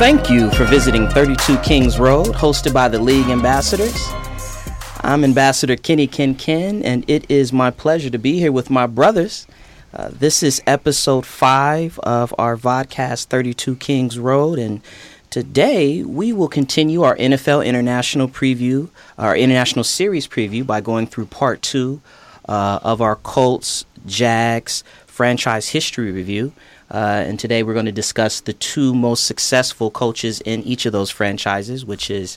Thank you for visiting 32 Kings Road, hosted by the League Ambassadors. I'm Ambassador Kenny Ken Ken, and it is my pleasure to be here with my brothers. Uh, this is episode five of our vodcast 32 Kings Road, and today we will continue our NFL international preview, our international series preview, by going through part two uh, of our Colts Jags franchise history review. Uh, and today we're going to discuss the two most successful coaches in each of those franchises, which is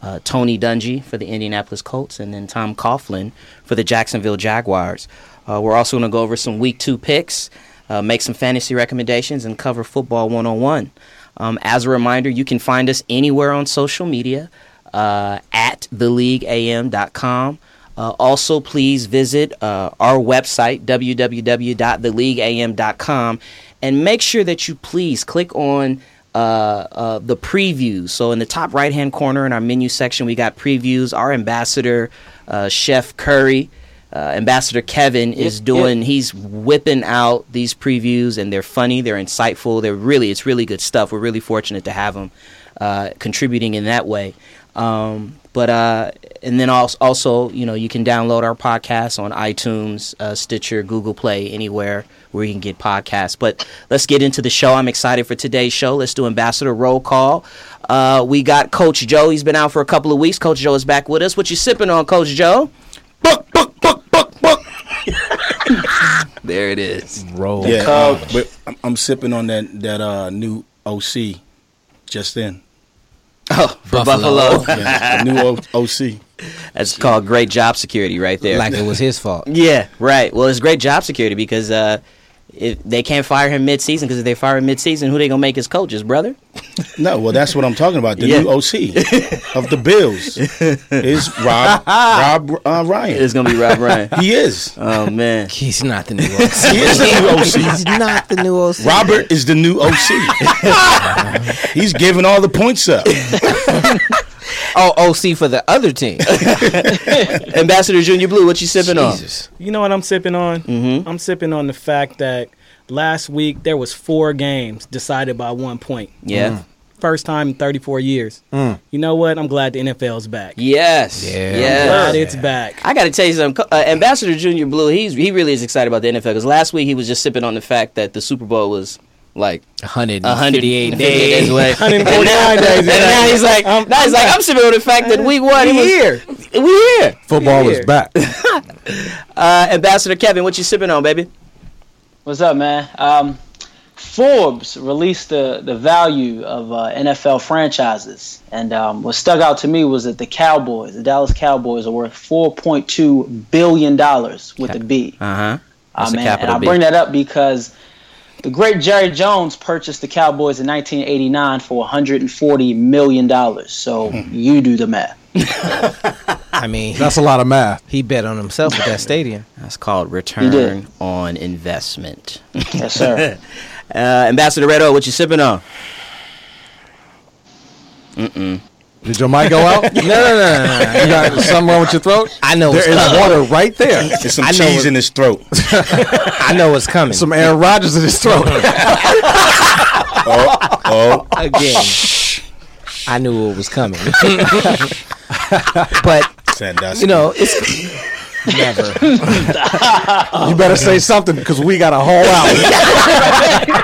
uh, Tony Dungy for the Indianapolis Colts and then Tom Coughlin for the Jacksonville Jaguars. Uh, we're also going to go over some week two picks, uh, make some fantasy recommendations, and cover football 101. Um, as a reminder, you can find us anywhere on social media uh, at theleagueam.com. Uh, also, please visit uh, our website, www.theleagueam.com, and make sure that you please click on uh, uh, the previews. So, in the top right hand corner in our menu section, we got previews. Our ambassador, uh, Chef Curry, uh, Ambassador Kevin is Yep, doing, yep. he's whipping out these previews, and they're funny, they're insightful, they're really, it's really good stuff. We're really fortunate to have him uh, contributing in that way. Um, but uh, and then also, also, you know, you can download our podcast on iTunes, uh, Stitcher, Google Play, anywhere where you can get podcasts. But let's get into the show. I'm excited for today's show. Let's do ambassador roll call. Uh, we got Coach Joe. He's been out for a couple of weeks. Coach Joe is back with us. What you sipping on, Coach Joe? Buck, buck, buck, buck, buck. there it is. Roll. Yeah, uh, but I'm, I'm sipping on that that uh, new OC just then. Oh, for Buffalo. Buffalo. Yeah, the new o- OC. That's called great job security right there. Like it was his fault. Yeah, right. Well, it's great job security because uh, if they can't fire him mid-season because if they fire him mid-season, who they gonna make his coaches, brother? No, well, that's what I'm talking about. The Yeah. new OC of the Bills is Rob Rob uh, Ryan. It's gonna be Rob Ryan. He is. oh man, He's not the new OC. He is the new OC. He's not the new OC. Robert is the new OC. He's giving all the points up. Oh, OC for the other team. Ambassador Junior Blue, what you sipping on? Jesus. You know what I'm sipping on? Mm-hmm. I'm sipping on the fact that last week there was four games decided by one point. Yeah. Mm. First time in 34 years. You know what? I'm glad the NFL's back. Yes. Yeah. Glad Yes. it's back. I got to tell you something. Uh, Ambassador Junior Blue, he's he really is excited about the NFL because last week he was just sipping on the fact that the Super Bowl was like 158 158 days. days away. 149 And now- days. And now he's like, I'm- now he's like, I'm sipping on the fact that week one We he was- here. We here. Football is back. Uh, Ambassador Kevin, what you sipping on, baby? What's up, man? Um, Forbes released the, the value of uh, NFL franchises, and um, what stuck out to me was that the Cowboys, the Dallas Cowboys, are worth four point two billion dollars with a B. Uh huh. Uh, a man, and capital I B. bring that up because the great Jerry Jones purchased the Cowboys in 1989 for 140 million dollars. So Hmm. you do the math. I mean, that's a lot of math. He bet on himself with that stadium. That's called did. return on investment. Yes, sir. Uh, Ambassador Red O, what you sipping on? Did your mic go out? No, no, no, no, no. You got something wrong with your throat? I know There it's is coming. water right there. There's some I know cheese it- in his throat. I know it's coming. Some Aaron Rodgers in his throat. Oh, Again. I knew it was coming. but, fantastic. you know, it's never. You better say something because we got a whole hour.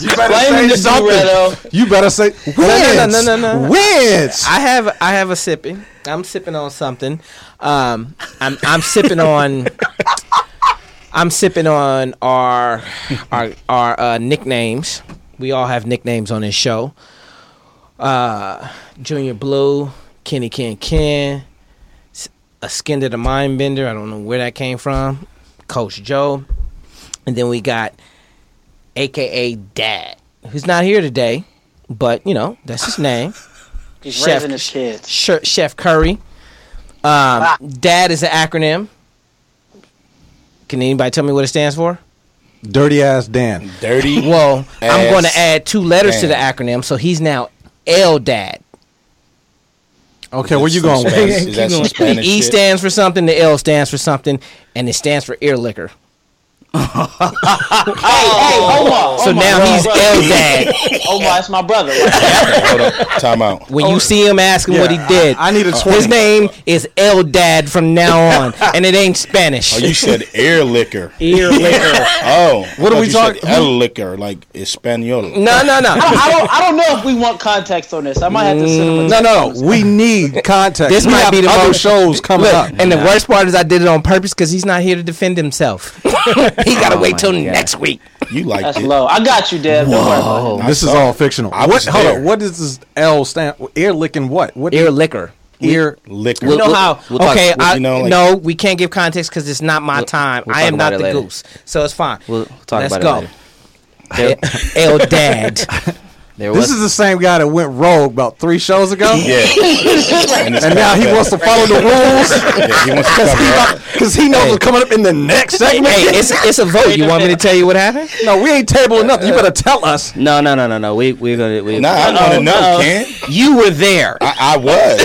you better say Blaming the something. Dorado. You better say wins. no, no, no, no. Wins. I have I have a sipping. I'm sipping on something. Um, I'm I'm sipping on. I'm sipping on our our our uh, nicknames. We all have nicknames on this show. Uh, Junior Blue, Kenny Ken Ken, S- a skin to the mind bender. I don't know where that came from. Coach Joe, and then we got AKA Dad, who's not here today, but you know that's his name. He's Chef. raising his kids. Chef, Chef Curry. Um, Ah. DAD is an acronym. Can anybody tell me what it stands for? Dirty ass Dan. dirty. Well, I'm Ass going to add two letters to the man. acronym, so he's now L Dad. Okay, where you Some going with Spanish- this? Is that some The Spanish E shit? stands for something, the L stands for something, and it stands for ear liquor. Hey, Omar. Oh, So Oh Omar, now Oh bro, he's bro. Eldad. Omar, it's my brother. Like, Hold up. Time out. When you see him, ask him what he Yeah, I- did. I need a His 20. name is Eldad from now on, and it ain't Spanish. Oh, you said air liquor. Ear liquor. Oh, What are we talking- Air liquor, like Espanol. no, no, no. I don't, I don't know if we want context on this. I might have to send him a No, no, no. We need context. This we might have be the other most- shows coming Look, up. and the worst part is I did it on purpose because he's not here to defend himself. Oh he gotta wait till next week. You like That's Mm. it? low. I got you, Deb. Don't worry about it. this is all fictional. I what? was Hold there. on. What does this L stand? Ear licking what? What Ear liquor. ear? Liquor. You know We'll- how? we'll talk- okay, we'll- I you know, like- no, we can't give context because it's not my time. we'll I talk am about not it the later. goose, so it's fine. We'll talk Let's about it go. later. There, El Dad. there This was is the same guy that went rogue about three shows ago, yeah. and, it's and now he back. wants to follow the rules Yeah, he wants to cover up. because he knows what's coming up in the next segment. hey, it's it's a vote. You want me to tell you what happened? No, we ain't tabling nothing. You better tell us. no, no, no, no, no. We we're gonna. We, Nah, I want to know, Ken. You were there. I, I was,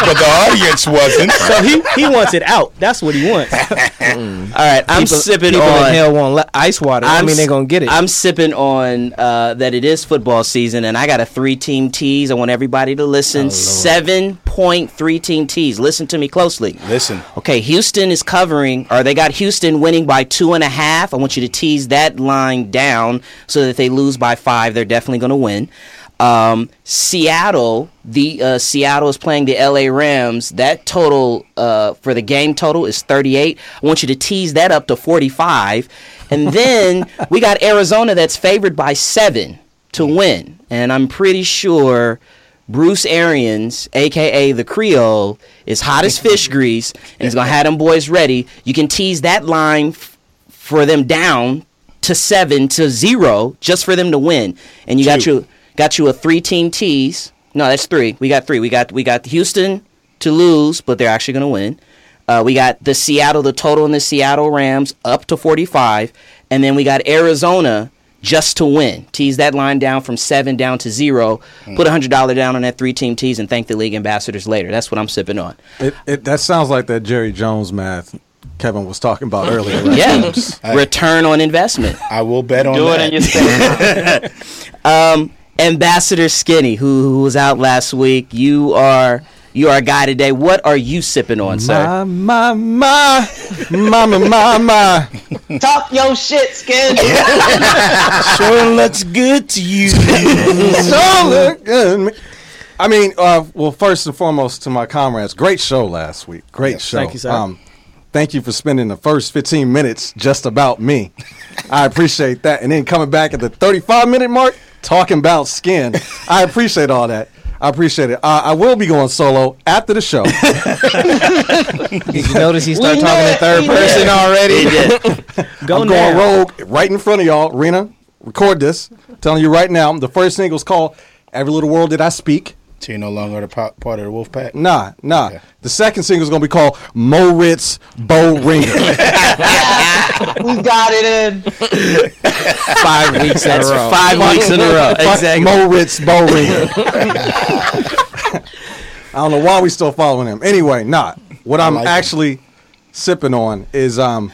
but the audience wasn't. So he, he wants it out. That's what he wants. All right, I'm People- sipping people on. in hell want le- ice water. i I'm mean, they're s- gonna get it. I'm sipping on uh, that it is football season, and I got a three team tease. I want everybody to Oh, listen. Seven point three team tease. Listen to me closely. Listen, Okay, Houston is covering, or they got Houston winning by two and a half. I want you to tease that line down so that they lose by five. They're definitely going to win. Um, Seattle, the uh, Seattle is playing the LA Rams. That total uh, for the game total is 38. I want you to tease that up to 45. And then we got Arizona that's favored by seven to win. And I'm pretty sure Bruce Arians, aka the Creole, is hot as fish grease, and he's gonna have them boys ready. You can tease that line f- for them down to seven to zero just for them to win, and you got you got you a three team tease. No, that's three. We got three. We got we got Houston to lose, but they're actually gonna win. Uh, we got the Seattle, the total in the Seattle Rams up to 45, and then we got Arizona just to win. Tease that line down from seven down to zero. Put a hundred dollar down on that three team tease and thank the league ambassadors later. That's what I'm sipping on. It, it, that sounds like that Jerry Jones math Kevin was talking about earlier. right? Yeah, return on investment. I will bet on Do it that. in your state. Um, Ambassador Skinny, who, who was out last week, you are you are a guy today. What are you sipping on, sir? My, my, my, my, my, my, my. Talk your shit, skin. sure looks good to you. So look good. I mean, uh, well, first and foremost, to my comrades, great show last week. Great show. Um, Thank you, sir. thank you for spending the first 15 minutes just about me. I appreciate that. And then coming back at the 35 minute mark, talking about skin. I appreciate all that. I appreciate it. Uh, I will be going solo after the show. Did you notice he started know talking in it. third We know person it. already? Go I'm now. going rogue right in front of y'all. Rena, record this. telling you right now, the first single's called Every Little World That I Speak. So you're no longer the po- part of the wolf pack. Nah, nah. Okay. The second single is gonna be called Moritz Bo Ringer. we got it in. Five weeks in a row. Five weeks in a row. exactly. Moritz Bo Ringer. I don't know why we still following him. Anyway, nah. What I'm like it. actually sipping on is um,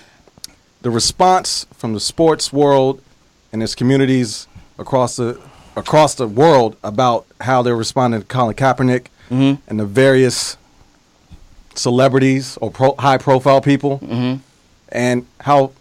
the response from the sports world and its communities across the across the world about how they're responding to Colin Kaepernick Mm-hmm. and the various celebrities or pro- high profile people Mm-hmm. and how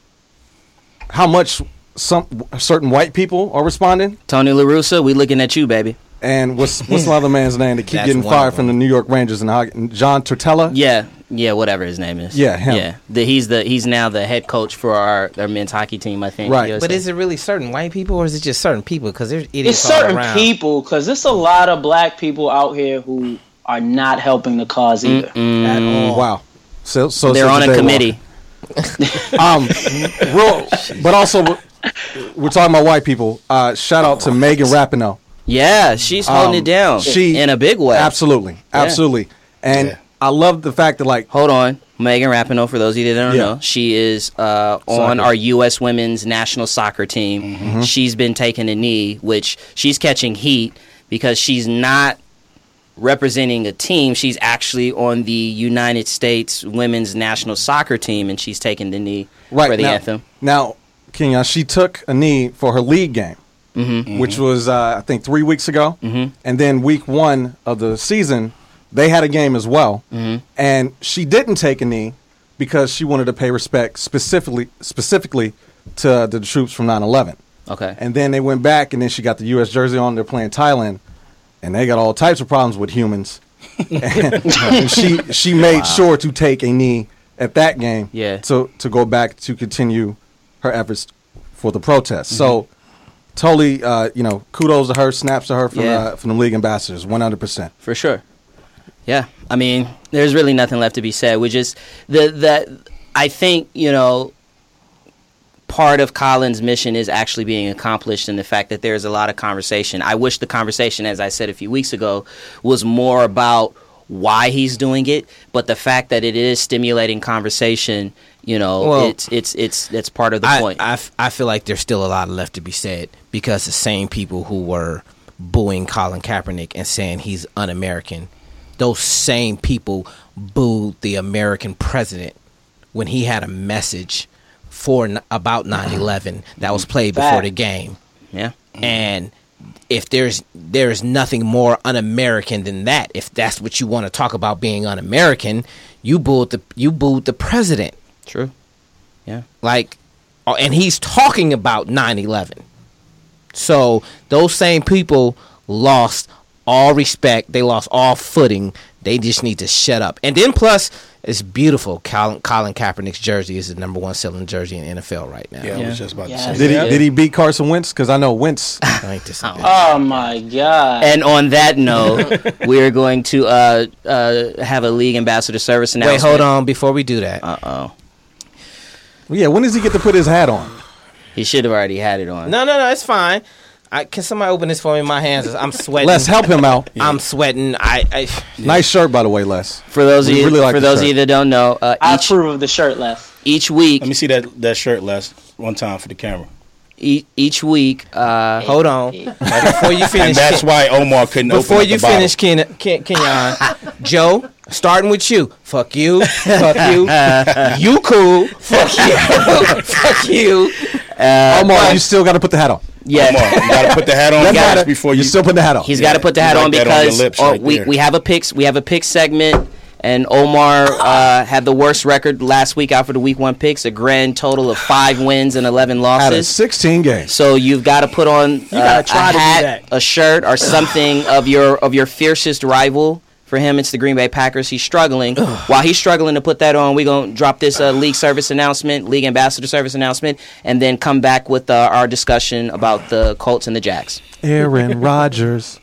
how much some certain white people are responding Tony LaRussa, we looking at you, baby. and what's what's another man's name that keep That's getting one of fired from the New York Rangers and hockey- John Tortella? Yeah, yeah, whatever his name is. Yeah, him. Yeah, the, he's the he's now the head coach for our, our men's hockey team, I think. Right. But is it really certain white people, or is it just certain people? Because there's idiots It's all certain around. people, because there's a lot of black people out here who are not helping the cause either. At all. Mm. Wow. So, so Oh. they're so on they a were. committee? Um, real, but also we're, we're talking about white people. Uh, shout out to Megan Rapinoe. Yeah, she's holding Um, it down. she- in a big way. Absolutely, absolutely, and Yeah. I love the fact that like Hold on. Megan Rapinoe, for those of you that don't Yeah. know, she is uh, on Soccer. Mm-hmm. our U.S. women's national soccer team. She's been taking a knee, which she's catching heat because she's not representing a team. She's actually on the United States women's national soccer team, and she's taking the knee for the now, anthem. Now, Kenya, she took a knee for her league game, which was uh, I think three weeks ago, and then week one of the season they had a game as well, and she didn't take a knee because she wanted to pay respect specifically specifically to the troops from 9-11. Okay. and then they went back, and then she got the U.S. jersey on. They're playing Thailand, and they got all types of problems with humans. and she she made sure to take a knee at that game. Yeah. To to go back to continue her efforts for the protest. So totally, uh, you know, kudos to her, snaps to her from Mm-hmm. Yeah. uh, from the league ambassadors, one hundred percent. for sure. Yeah, I mean, there's really nothing left to be said. Which is the that I think you know part of Colin's mission is actually being accomplished in the fact that there is a lot of conversation. I wish the conversation, as I said a few weeks ago, was more about why he's doing it, but the fact that it is stimulating conversation, you know, Well, it's it's it's that's part of the I, point. I f- I feel like there's still a lot left to be said because the same people who were booing Colin Kaepernick and saying he's un-American, those same people booed the American president when he had a message for n- about 9/11 that was played before the Facts. game. yeah. And if there's there is nothing more un-American than that, if that's what you want to talk about being un-American, you booed the you booed the president True. Yeah. like uh, and he's talking about 9-11 so those same people lost all respect they lost all footing they just need to shut up and then plus it's beautiful colin, colin kaepernick's jersey is the number one selling jersey in nfl right now Yeah, I Yeah. was just about Yeah. to say. Did Yeah. he did he beat Carson Wentz? Because I know Wentz. I think this Oh my god. And on that note, we're going to uh, uh, have a league ambassador service wait announcement. hold on before we do that Uh oh. yeah, when does he get to put his hat on? He should have already had it on. no no no it's fine I, can somebody open this for me my hands is- i'm sweating Les, help him out. i'm sweating i, I Nice shirt, by the way, Les. For those of We you, really like for the those of shirt. you that don't know, I uh, each approve of the shirt left. each week, Let me see that that shirt last one time for the camera. e- each week, uh, hold on before you And finish that's why Omar couldn't Before open up you the bottle. finish, Ken, Ken, Kenyon, Joe, starting with you. Fuck you. Fuck you. you cool. Fuck you. fuck you. Omar, you still got to put the hat on. yeah, Omar, you gotta put the hat on Gotta- first before you. you still put the hat on. he's Yeah, got to put the you hat like on that on your because lips oh, right we there. we have a picks we have a pick segment. And Omar uh, had the worst record last week out for the week one picks, a grand total of five wins and eleven Out of losses. sixteen games. So you've got to put on uh, gotta try a to do hat, that. a shirt, or something of your of your fiercest rival. For him, it's the Green Bay Packers. He's struggling. While he's struggling to put that on, we're gonna drop this uh, league service announcement, league ambassador service announcement, and then come back with uh, our discussion about the Colts and the Jacks. Aaron Rodgers.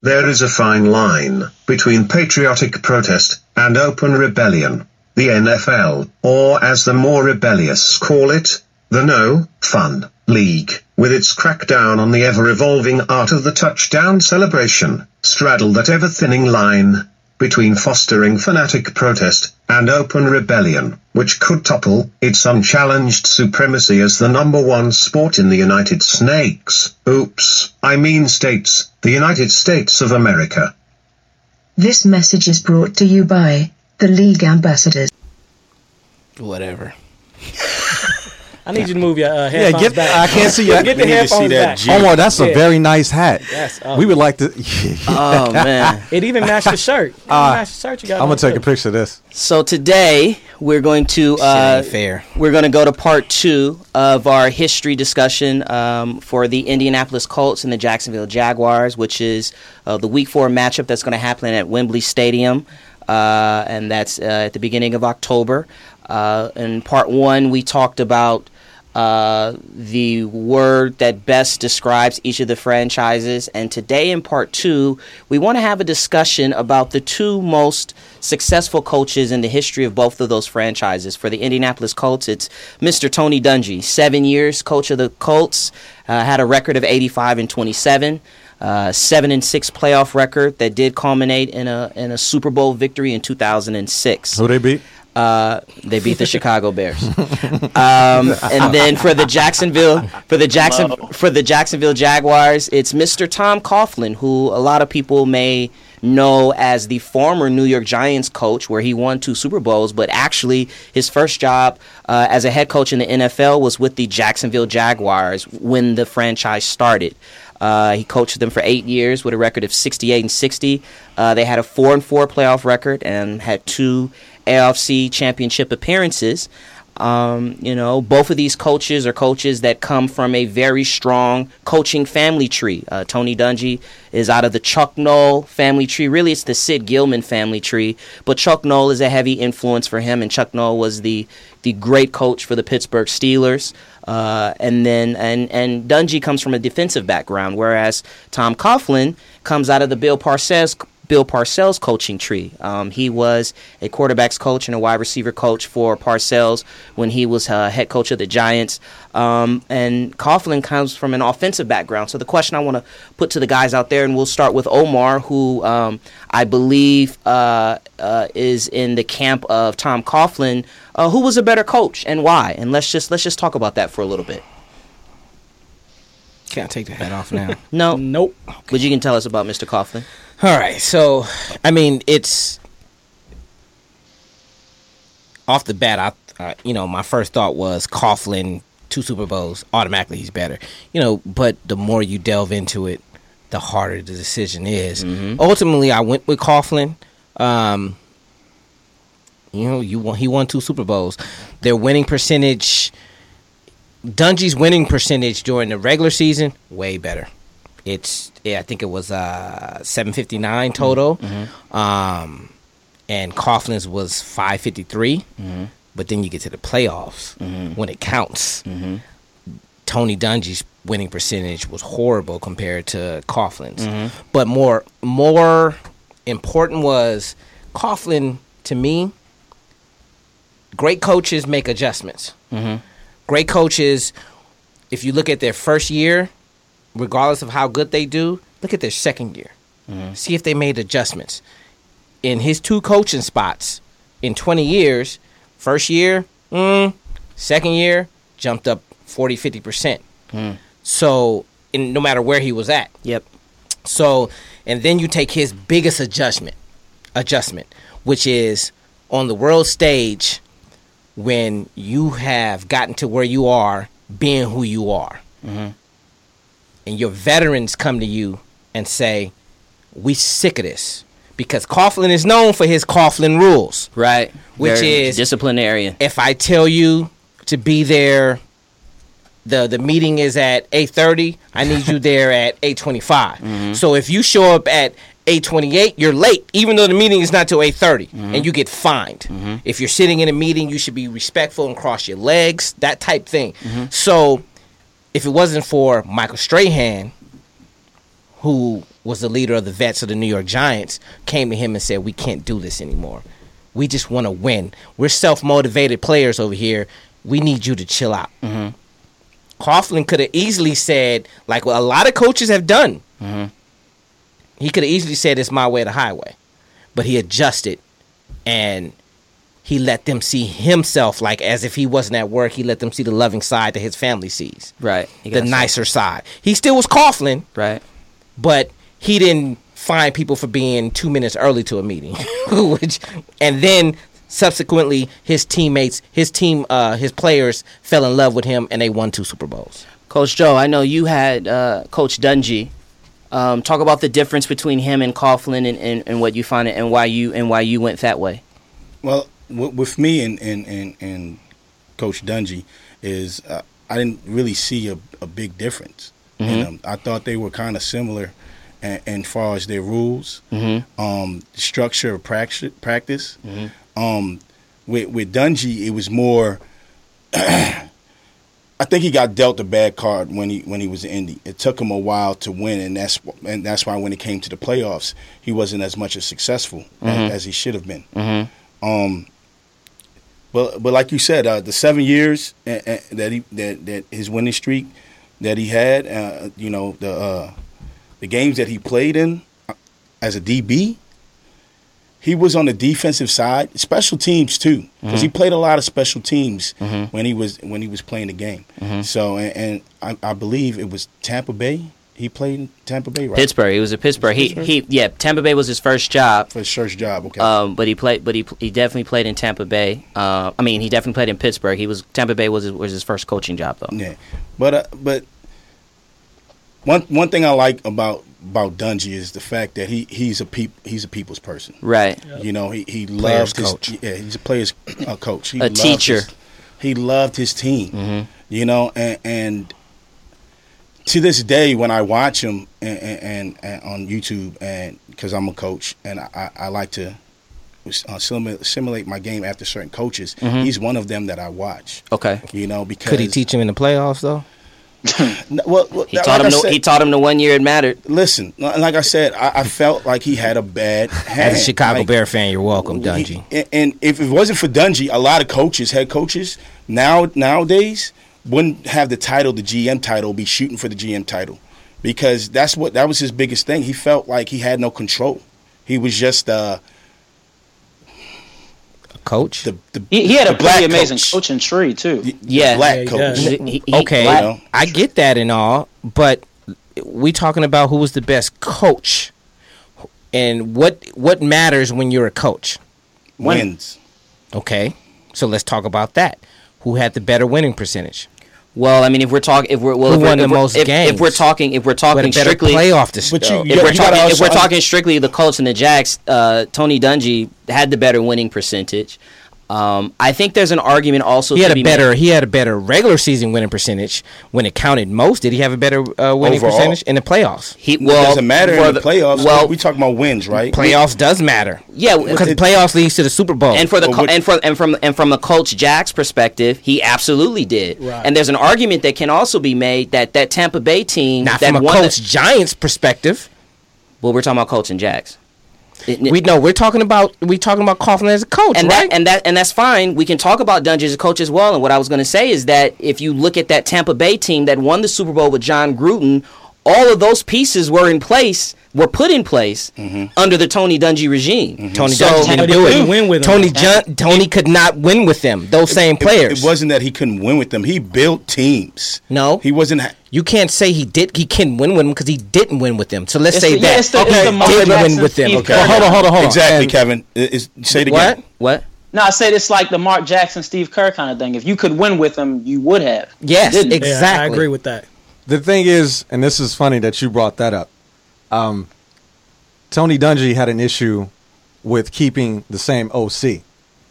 There is a fine line between patriotic protest and open rebellion. The NFL, or as the more rebellious call it, the No Fun League, with its crackdown on the ever evolving art of the touchdown celebration, straddle that ever thinning line between fostering fanatic protest and open rebellion, which could topple its unchallenged supremacy as the number one sport in the United Snakes. Oops, I mean states, the United States of America. This message is brought to you by the League Ambassadors. Whatever. I need you to move your uh, Yeah, headphones get. back. I can't see your. Get We the need to see headphones that back. G- Omar, Oh, that's a Yeah. very nice hat. Yes, uh, we would like to. Oh man. It even matched the shirt. It even matched the shirt you got. I'm on, gonna Uh, take too. a picture of this. So today we're going to uh, ain't fair. We're going to go to part two of our history discussion um, for the Indianapolis Colts and the Jacksonville Jaguars, which is uh, the Week Four matchup that's going to happen at Wembley Stadium, uh, and that's uh, at the beginning of October. Uh, in part one, we talked about uh, the word that best describes each of the franchises. And today, in part two, we want to have a discussion about the two most successful coaches in the history of both of those franchises. For the Indianapolis Colts, it's Mr. Tony Dungy, seven years coach of the Colts, uh, had a record of 85 and 27. Uh, seven and six playoff record that did culminate in a in a Super Bowl victory in 2006. Who they beat? Uh, they beat the Chicago Bears. Um, and then for the Jacksonville for the Jackson for the Jacksonville Jaguars, it's Mr. Tom Coughlin, who a lot of people may know as the former New York Giants coach, where he won two Super Bowls, but actually his first job uh, as a head coach in the NFL was with the Jacksonville Jaguars when the franchise started. Uh, he coached them for eight years with a record of 68 and 60. Uh, they had a four and four playoff record and had two AFC championship appearances. Um, you know, both of these coaches are coaches that come from a very strong coaching family tree. Uh, Tony Dungy is out of the Chuck Knoll family tree. Really, it's the Sid Gilman family tree, but Chuck Knoll is a heavy influence for him, and Chuck Knoll was the the great coach for the Pittsburgh Steelers. Uh, and then and and Dungy comes from a defensive background, whereas Tom Coughlin comes out of the Bill Parcells Bill Parcells coaching tree. Um, he was a quarterbacks coach and a wide receiver coach for Parcells when he was uh, head coach of the Giants. Um, and Coughlin comes from an offensive background. So the question I want to put to the guys out there, and we'll start with Omar, who um, I believe uh, uh, is in the camp of Tom Coughlin. Uh, who was a better coach and why? And let's just let's just talk about that for a little bit. Can't take the hat off now. No, Nope. but you can tell us about Mr. Coughlin. All right, so I mean, it's off the bat. I, uh, you know, my first thought was Coughlin, two Super Bowls, automatically he's better. You know, but the more you delve into it, the harder the decision is. Ultimately, I went with Coughlin. Um, you know, you won, he won two Super Bowls. Their winning percentage, Dungy's winning percentage during the regular season, way better. It's yeah, I think it was uh 759 total. Um and Coughlin's was 553. But then you get to the playoffs when it counts. Tony Dungy's winning percentage was horrible compared to Coughlin's. But more more important was Coughlin to me. Great coaches make adjustments. Great coaches, if you look at their first year, regardless of how good they do, look at their second year. See if they made adjustments. In his two coaching spots in 20 years, first year, mm, second year, jumped up 40, 50%. So, in, no matter where he was at. Yep. So, and then you take his biggest adjustment, adjustment, which is on the world stage when you have gotten to where you are, being who you are and your veterans come to you and say, "We sick of this," because Coughlin is known for his Coughlin rules. Right. Which Very is- disciplinarian. If I tell you to be there, the the meeting is at eight thirty. I need you there at eight So if you show up at eight twenty eight, you're late, even though the meeting is not till eight and you get fined. If you're sitting in a meeting, you should be respectful and cross your legs, that type thing. So if it wasn't for Michael Strahan, who was the leader of the vets of the New York Giants, came to him and said, "We can't do this anymore. We just want to win. We're self-motivated players over here. We need you to chill out." Mm-hmm. Coughlin could have easily said, like what a lot of coaches have done. Mm-hmm. He could have easily said, "It's my way or the highway," but he adjusted and he let them see himself like as if he wasn't at work. He let them see the loving side that his family sees, Right. He the got nicer side. He still was Coughlin, Right. but he didn't fine people for being two minutes early to a meeting, which, and then subsequently his teammates, his team, uh, his players fell in love with him and they won two Super Bowls. Coach Joe, I know you had uh, Coach Dungy. Um, talk about the difference between him and Coughlin and, and, and what you find and why you and why you went that way. Well, w- with me and and and, and Coach Dungy is uh, I didn't really see a, a big difference. in them. I thought they were kind of similar, a- in far as their rules, um, structure of practice. practice. Um, with with Dungy, it was more. I think he got dealt a bad card when he when he was in Indy. It took him a while to win, and that's wh- and that's why when it came to the playoffs, he wasn't as much as successful a- as, he should have been. Um, but but like you said, uh, the seven years uh, uh, that he that that his winning streak that he had, uh, you know the uh, the games that he played in uh, as a DB, he was on the defensive side, special teams too, because he played a lot of special teams when he was when he was playing the game. So and, and I, I believe it was Tampa Bay He played in Tampa Bay, right? Pittsburgh. He was at Pittsburgh. He he yeah. Tampa Bay was his first job. For his first job, okay. Um, but he played, but he he definitely played in Tampa Bay. Uh, I mean, he definitely played in Pittsburgh. He was Tampa Bay was his, was his first coaching job though. Yeah, but uh, but one one thing I like about about Dungy is the fact that he he's a peop, he's a people's person. Right. You know, he he loved Players his coach. yeah he's a players uh, coach. He A loved teacher. his- he loved his team. You know, and, and to this day when I watch him and, and, and, and on YouTube and because I'm a coach and I, I I like to uh, simu- simulate my game after certain coaches. He's one of them that I watch. Okay. You know, because Could he teach him in the playoffs though? No, well, well, He like taught I him. The, said- he taught him the one year it mattered. listen, li- like I said, I, I felt like he had a bad hand. As a Chicago like, Bear fan, you're welcome, he- Dungy. and- and if it wasn't for Dungy, a lot of coaches, head coaches, now nowadays wouldn't have the title, the GM title, be shooting for the GM title, because that's what that was his biggest thing. He felt like he had no control. He was just uh, Coach. the, the He, he had the a black pretty amazing coach. coaching tree too. The- the Yeah. black Yeah, he coach. does. He- he- okay, you know? I get that and all, but we talking about who was the best coach, and what what matters when you're a coach. wins. Okay, so let's talk about that. Who had the better winning percentage? Well, I mean, if we're talking, if we're well, Who if we're- won the if we're- most if, If games? we're talking, if we're Who had a talking better strictly playoff Oh. this But you- though? if Yeah, we're gotta talking if also we're under- talking strictly the Colts and the Jacks, uh, Tony Dungy had the better winning percentage. Um, I think there's an argument also He to had be a made- better he had a better regular season winning percentage when it counted most. Did he have a better uh, winning Overall. percentage in the playoffs? He It well doesn't matter for in the playoffs. Well, we talking about wins, right? Playoffs does matter. yeah, because the playoffs leads to the Super Bowl. and for the But Col- what- and for and from and from the Colts Jacks perspective, he absolutely did. Right. And there's an argument that can also be made that that Tampa Bay team not that from a won the- Colts Giants perspective. well, we're talking about Colts and Jacks. It- We know we're talking about we talking about Coughlin as a coach, and right? that and that and that's fine. We can talk about Dungy as a coach as well. And what I was going to say is that if you look at that Tampa Bay team that won the Super Bowl with John Gruden, all of those pieces were in place, were put in place Mm-hmm. under the Tony Dungy regime. Tony so, Dungy Tampa didn't do Bay it. couldn't win with him. Tony Jun- Tony could not win with them. Those same It- players. It, wasn't that he couldn't win with them. He built teams. No. he wasn't. Ha- You can't say he did. He can win with them because he didn't win with them. So let's It's say the- that yeah, it's the- it's the Michael did win Jackson, with them. Steve Okay. Kerr. Well, hold on, hold on, hold on. exactly, And- Kevin. I- is- say it What? again. what? No, I said it's like the Mark Jackson, Steve Kerr kind of thing. If you could win with them, you would have. Yes, You didn't. ex- Yeah, I Exactly. agree with that. The thing is, and this is funny that you brought that up. Um, Tony Dungy had an issue with keeping the same OC.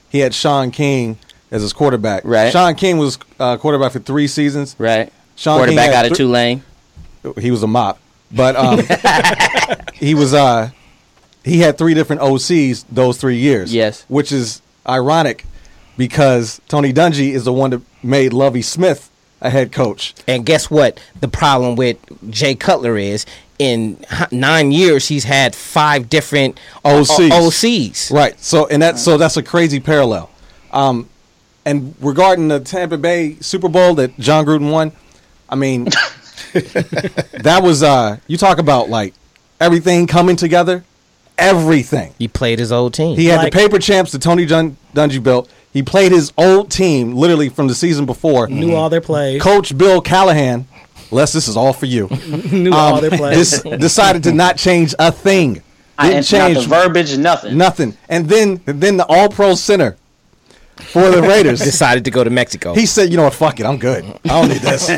He had Sean King as his quarterback. Right. Sean King was uh, quarterback for three seasons. Right. Sean King Quarterback had out of thr- Tulane. He was a mop, but um, he was. Uh, he had three different OCs those three years. Yes. which is ironic because Tony Dungy is the one that made Lovey Smith a head coach. And guess what? The problem with Jay Cutler is in h- nine years he's had five different OCs. OCs. Right. So and that so that's a crazy parallel. Um, and regarding the Tampa Bay Super Bowl that John Gruden won, I mean, that was uh, you talk about like everything coming together, everything. He played his old team. He had Like- the paper champs that Tony Dun- Dungy built. He played his old team literally from the season before. Knew all their plays. Coach Bill Callahan, Les, this is all for you. knew um, all their plays. dis- decided to not change a thing. I- Didn't it's not change the verbiage, nothing. Nothing. And then then the All Pro center for the Raiders. decided to go to Mexico. he said, "You know what? Fuck it. I'm good. I don't need this.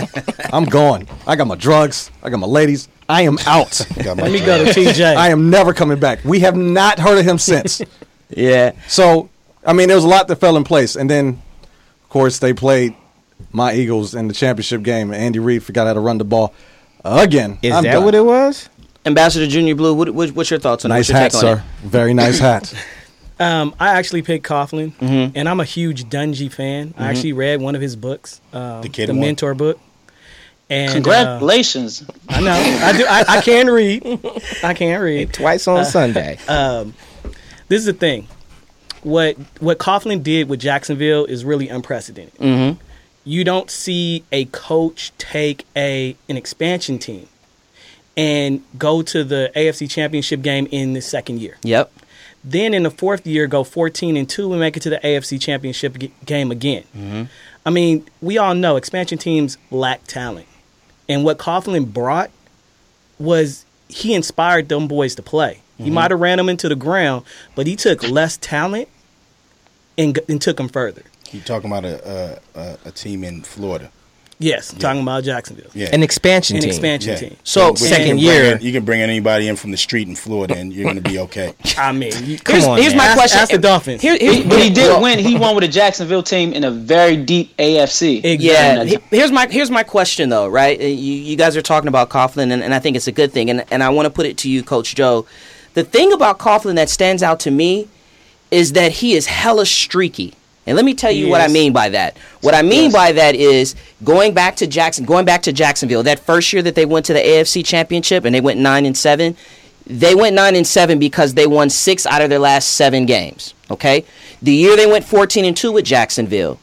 I'm gone. I got my drugs. I got my ladies. I am out. Let me go to TJ. I am never coming back." We have not heard of him since. Yeah. So, I mean, there was a lot that fell in place, and then, of course, they played my Eagles in the championship game. and Andy Reid forgot how to run the ball again. is I'm that done. what it was? Ambassador Junior Blue, what, what, what's your thoughts on it? What's Nice your hat, take on sir. Very nice hat. Um, I actually picked Coughlin, Mm-hmm. and I'm a huge Dungy fan. I actually read one of his books, um, the, The Kid one? Mentor book. And uh, Congratulations. I know I do. I, I can read. I can read. Twice Uh, on Sunday. This is the thing. What what Coughlin did with Jacksonville is really unprecedented. You don't see a coach take a an expansion team and go to the AFC Championship game in the second year. it? Yep. Then in the fourth year, go 14 and 2 and make it to the AFC Championship g- game again. Mm-hmm. I mean, we all know expansion teams lack talent. And what Coughlin brought was he inspired them boys to play. Mm-hmm. He might have ran them into the ground, but he took less talent and, g- and took them further. You talking about a a, a, a team in Florida? Yes, I'm talking about Jacksonville. Yeah. An expansion An team. expansion Yeah. team. So, Which you second can bring year. in- you can bring in anybody in from the street in Florida, and you're going to be okay. I mean, you- Here's- on, here's man. my Ask- question. ask the Dolphins. Here- here's- But he did win. He won with a Jacksonville team in a very deep AFC. Exactly. Yeah. he- Here's my here's my question though, right? Uh, You you guys are talking about Coughlin, and, and I think it's a good thing, and and I want to put it to you, Coach Joe. The thing about Coughlin that stands out to me is that he is hella streaky. And let me tell you what I is. mean by that. What I mean by that is going back to Jackson, going back to Jacksonville. That first year that they went to the AFC Championship and they went nine and seven, they went nine and seven because they won six out of their last seven games. Okay, the year they went fourteen and two with Jacksonville,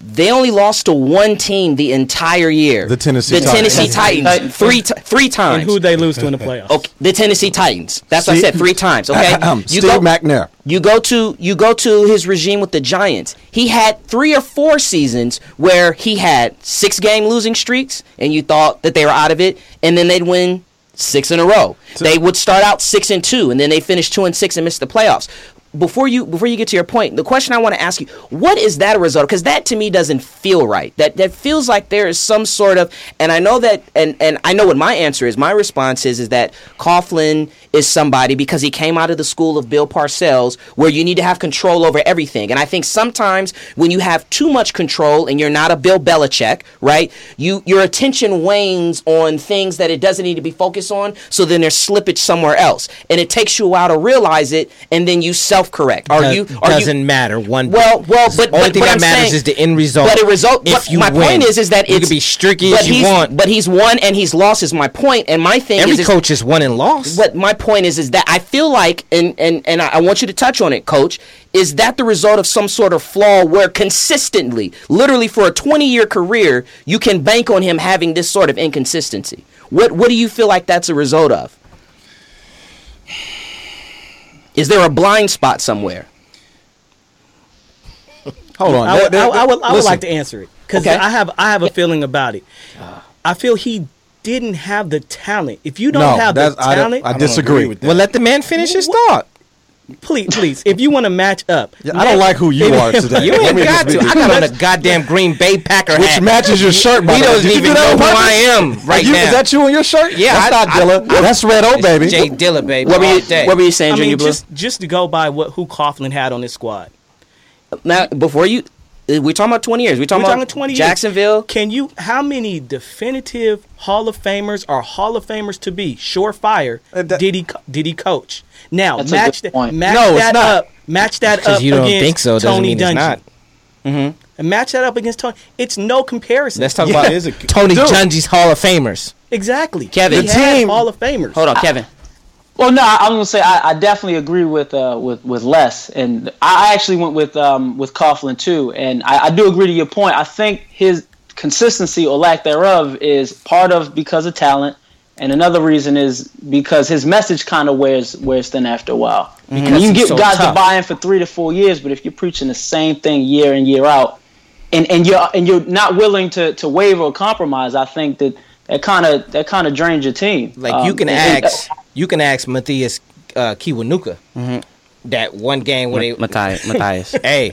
they only lost to one team the entire year. The Tennessee the Titans. Tennessee Titans three t- three times. and who they lose to in the playoffs? Okay, the Tennessee Titans. That's what I Steve- said three times. Okay, Um, Steve McNair. You go to you go to his regime with the Giants. He had three or four seasons where he had six game losing streaks, and you thought that they were out of it, and then they'd win six in a row. they would start out six and two, and then they finish two and six and miss the playoffs. Before you before you get to your point, the question I want to ask you: What is that a result? Because that to me doesn't feel right. That that feels like there is some sort of, and I know that, and and I know what my answer is. My response is is that Coughlin is somebody because he came out of the school of Bill Parcells, where you need to have control over everything. And I think sometimes when you have too much control and you're not a Bill Belichick, right? You your attention wanes on things that it doesn't need to be focused on. So then there's slippage somewhere else, and it takes you a while to realize it, and then you self correct. Are Does- you are you- doesn't matter one bit. Well, well, The but only but, thing but that I'm matters saying- is the end result. But a result. If but you my win, point is, is that you it's can be streaky but as you he's- want. But he's won and he's lost. Is my point. And my thing Every is, is coach is won and lost. what my point is is that I feel like, and and and I I want you to touch on it, Coach. Is that the result of some sort of flaw where consistently, literally for a 20-year career, you can bank on him having this sort of inconsistency? What what do you feel like that's a result of? Is there a blind spot somewhere? Hold on. I would, That- that- I, I would, I would listen, like to answer it because Okay. I have I have a feeling about it. Ah. I feel he didn't have the talent. If you don't No, have the that's, I, don't- talent, I don't disagree. agree with that. Well, let the man finish his thought. please, please, if you want to match up, Yeah, I don't like who you are today. You Let ain't me just got to. read I this. got on a goddamn Green Bay Packer Which hat. matches your shirt, by We the way. don't Did you even do that know on who purpose? I am Are right you- now. Is that you on your shirt? Yeah, That's I- not Dilla. That's Red O, baby. Jay Dilla, baby. What were all you, day. what were you saying, I Junior mean, Blue? just just to go by what who Coughlin had on his squad. now, before you, uh, we're talking about 20 years. We're talking We're talking about 20 years. Jacksonville. Can you? How many definitive Hall of Famers or Hall of Famers to be surefire Uh, that- did he co- did he coach? Now That's a match good that point. match No, it's that not. up. Match that up Because you don't against think so doesn't Tony mean Dungy. it's not. Mm-hmm. And match that up against Tony. It's no comparison. Let's talk Yeah, about it is a- Tony Dude. Dungy's Hall of Famers. exactly. Kevin. he The had team- Hall of Famers. Hold on, Kevin. Well, no, I- I'm gonna say I, I definitely agree with uh, with with Les, and I I actually went with um, with Coughlin too, and I, I do agree to your point. I think his consistency or lack thereof is part of because of talent, and another reason is because his message kind of wears wears thin after a while. I mean, you Mm-hmm. he's get so guys to tough. buy in for three to four years, but if you're preaching the same thing year in year out, and and you're and you're not willing to to waive or compromise, I think that that kind of that kind of drains your team. Like Um, you can and- and- ask, you can ask Matthias uh, Kiwanuka Mm-hmm. that one game where they. Matthias. Matthias. Hey,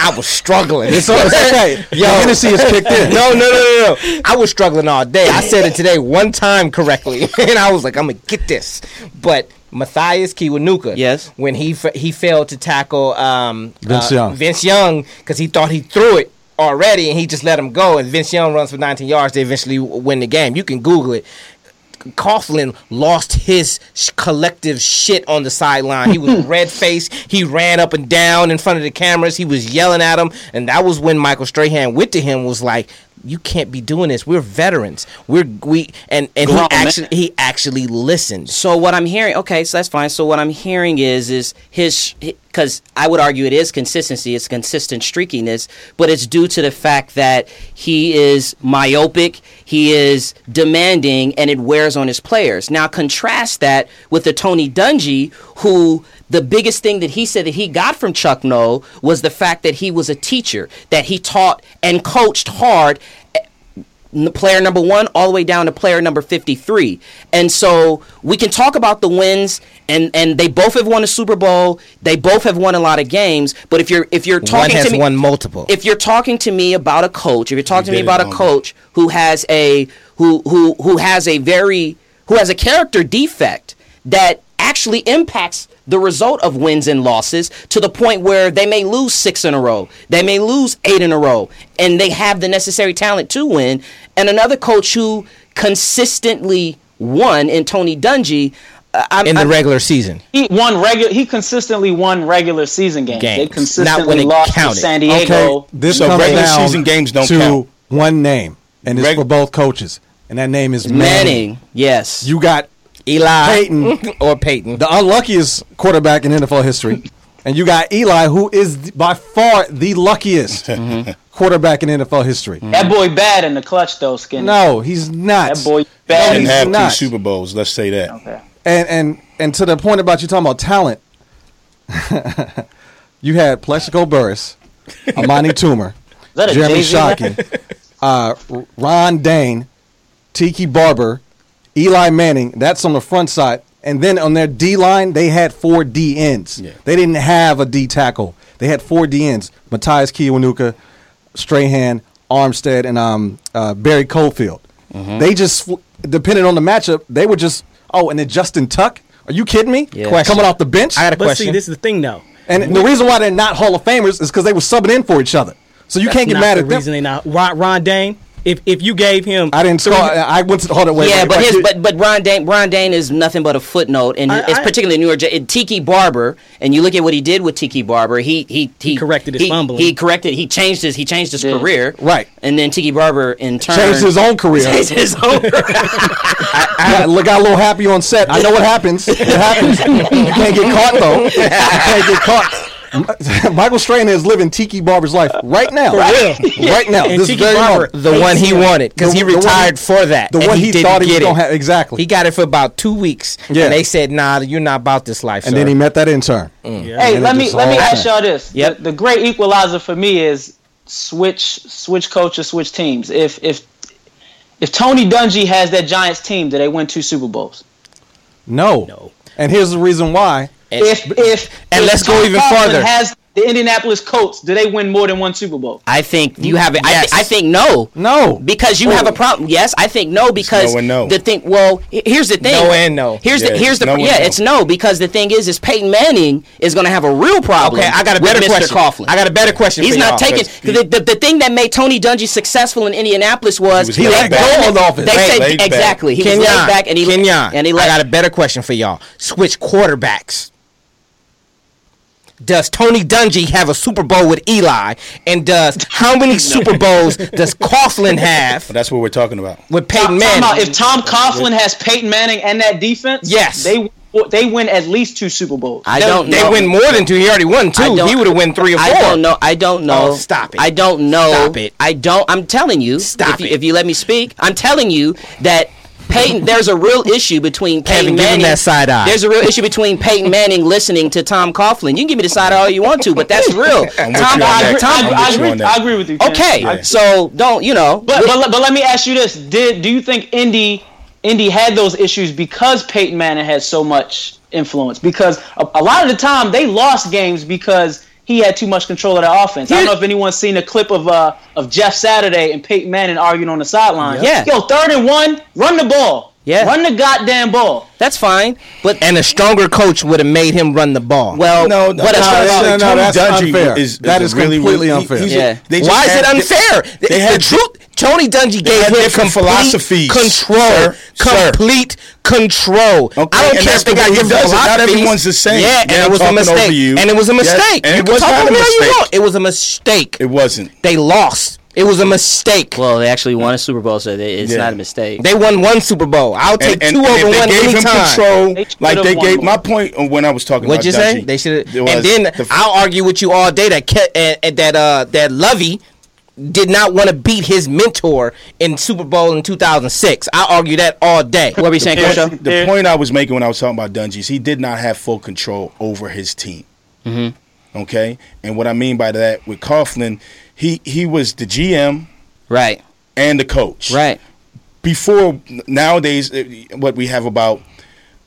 I was struggling. It's all- it's okay. Yo. Yo. Hennessy is kicked in. No, no, no, no, no. I was struggling all day. I said it today one time correctly, and I was like, I'm gonna get this. But Matthias Kiwanuka, Yes. when he f- he failed to tackle um, Vince Young. Vince Young, because he thought he threw it already, and he just let him go, and Vince Young runs for 19 yards. They eventually w- win the game. You can Google it. Coughlin lost his sh- collective shit on the sideline. He was red faced. He ran up and down in front of the cameras. He was yelling at him. And that was when Michael Strahan went to him was like, You can't be doing this. We're veterans. We're we and, and he Grown men. actually he actually listened. So what I'm hearing, okay, so that's fine. So what I'm hearing is is his because I would argue it is consistency, it's consistent streakiness, but it's due to the fact that he is myopic, he is demanding, and it wears on his players. Now contrast that with the Tony Dungy, who the biggest thing that he said that he got from Chuck Noll was the fact that he was a teacher, that he taught and coached hard n- player number one all the way down to player number 53. And so we can talk about the wins and and they both have won a Super Bowl. They both have won a lot of games, but if you're if you're One talking has to me won multiple. if you're talking to me about a coach, if you're talking to me did it, about a homie. coach who has a who who who has a very who has a character defect that actually impacts the result of wins and losses to the point where they may lose six in a row, they may lose eight in a row, and they have the necessary talent to win. And another coach who consistently won in Tony Dungy. uh, I'm, in the I'm- regular season. He won regular. He consistently won regular season games. They Games. consistently Not when it lost counted. to San Okay, Diego. this So comes regular down season games don't to count. one name, and it's Reg- for both coaches, and that name is Manning. Manning, yes. You got Eli Peyton. or Peyton. the unluckiest quarterback in NFL history, and you got Eli, who is th- by far the luckiest quarterback in NFL history. That boy bad in the clutch though, Skinny. No, he's not. Mm-hmm. That boy No, bad. and he's have two not. Super Bowls. Let's say that. Okay. and and and to the point about you talking about talent, you had Plexico Burris, Amani Toomer, that a Jeremy Jay-Z Shockey, uh, R- Ron Dane, Tiki Barber, Eli Manning. That's on the front side, and then on their D line they had four D ends. They didn't have a D tackle. They had four D ends: Matthias Kiwanuka, Strahan, Armstead, and um, uh, Barry Cofield. Mm-hmm. They just fl- depending on the matchup, they were just oh, and then Justin Tuck. Are you kidding me? Question. Coming off the bench. I got a But question. see, this is the thing though. And the reason why they're not Hall of Famers is because they were subbing in for each other. So you can't get Not mad the at them. reason they not Ron, Ron Dane. If if you gave him, I didn't three- score. I went to the Hold on, wait, yeah, wait, but wait. his but but Ron Dane Ron Dane is nothing but a footnote, and I- it's I- particularly newer. And Tiki Barber, and you look at what he did with Tiki Barber. He he he, corrected his he, fumbling. He corrected. He changed his he changed his career. Right. and then Tiki Barber in turn changed his own career. changed his own career. I got, got a little happy on set. I know what happens. It happens. You can't get caught though. You can't get caught. Michael Strahan is living Tiki Barber's life right now. Right, now. And this Tiki very Barber- moment. the one he ACL. wanted because The- he the one he- retired for that. the and one he didn't thought he was get it. gonna have- exactly. He got it for about two weeks, Yeah. and they said, "Nah, you're not about this life." And then he met that intern. Hey, And let it me just let me all went. ask y'all this. Yep. The, the great equalizer for me is switch switch coaches, switch teams. If if if Tony Dungy has that Giants team, do they win two Super Bowls? No. No. And here's the reason why. If if and if let's go Tom even Coughlin farther. Has the Indianapolis Colts? Do they win more than one Super Bowl? I think you have it. I, Yes. thi- I think no, No. because you have Oh. a problem. Yes, I think no because no and no. the thing. Well, he- here's the thing. No and no. Here's Yeah, the here's the no and yeah. no. It's no because the thing is is Peyton Manning is going to have a real problem. Okay, I got a with better Mr. question. Coughlin. I got a better question. He's for not y'all. taking the, the, the thing that made Tony Dungy successful in Indianapolis was He was laid back. They Goal in the office. They Laid- said laid back. exactly. He Kenyon, was laid back and he Kenyon, and he I left. got a better question for y'all. Switch quarterbacks. Does Tony Dungy have a Super Bowl with Eli? And does how many Super Bowls does Coughlin But have that's what we're talking about. with I'm Peyton talking Manning? about if Tom Coughlin has Peyton Manning and that defense, Yes. they they win at least two Super Bowls. I they, don't they know. win more than two. He already won I two. don't- He would have won three or four. I don't know. I don't know. Oh, stop it. I don't know. Stop it. I don't. I'm telling you. Stop if you, it. If you let me speak, I'm telling you that Peyton. there's a real issue between Peyton Kevin, give him Manning. that side eye. There's a real issue between Peyton Manning listening to Tom Coughlin. You can give me the side eye all you want to, but that's real. I'm with Tom. you on I- that. Tom. I'm I, with you agree, on that. I agree with you. Ken. Okay. I- So don't. You know. But, but le- but let me ask you this: Did do you think Indy Indy had those issues because Peyton Manning had so much influence? Because a, a lot of the time they lost games because he had too much control of the offense. I don't know if anyone's seen a clip of uh, of Jeff Saturday and Peyton Manning arguing on the sideline. Yeah. yo, third and one, run the ball. Yeah. run the goddamn ball. that's fine. But and a stronger coach would have made him run the ball. well. No, what a- no, no, no, Tony that's Dungy unfair. Is, is That a is really, completely really- unfair. he's a- Yeah. they just Why is had- it unfair? They, the had truth. Tony Dungy gave had him different different philosophies, philosophies. Control. sir, sir. Complete control. I Okay, don't and care that's if they the way got he different does it. Not philosophies. everyone's the same. Yeah, Yeah, and it was I'm a talking over mistake. you. And it was a Yes, mistake. and you it can was talk not a about it all you mistake. want. It was a mistake. It wasn't. They lost. It was a mistake. Well, they actually won a Super Bowl, so they, it's Yeah. not a mistake. they won one Super Bowl. I'll take And, and, two and over if they one gave him anytime. control, They like they should've won gave more. my point on when I was talking What'd you about say? Dungy, They should have. it was And then the f- I'll argue with you all day that Ke- and, and that uh that Lovey did not want to beat his mentor in Super Bowl in 2006. I'll argue that all day. What were you saying, Coach? O? the point I was making when I was talking about Dungy is he did not have full control over his team. Okay, and what I mean by that with Coughlin, he he was the GM Right. and the coach. Right. Before nowadays, eh, what we have about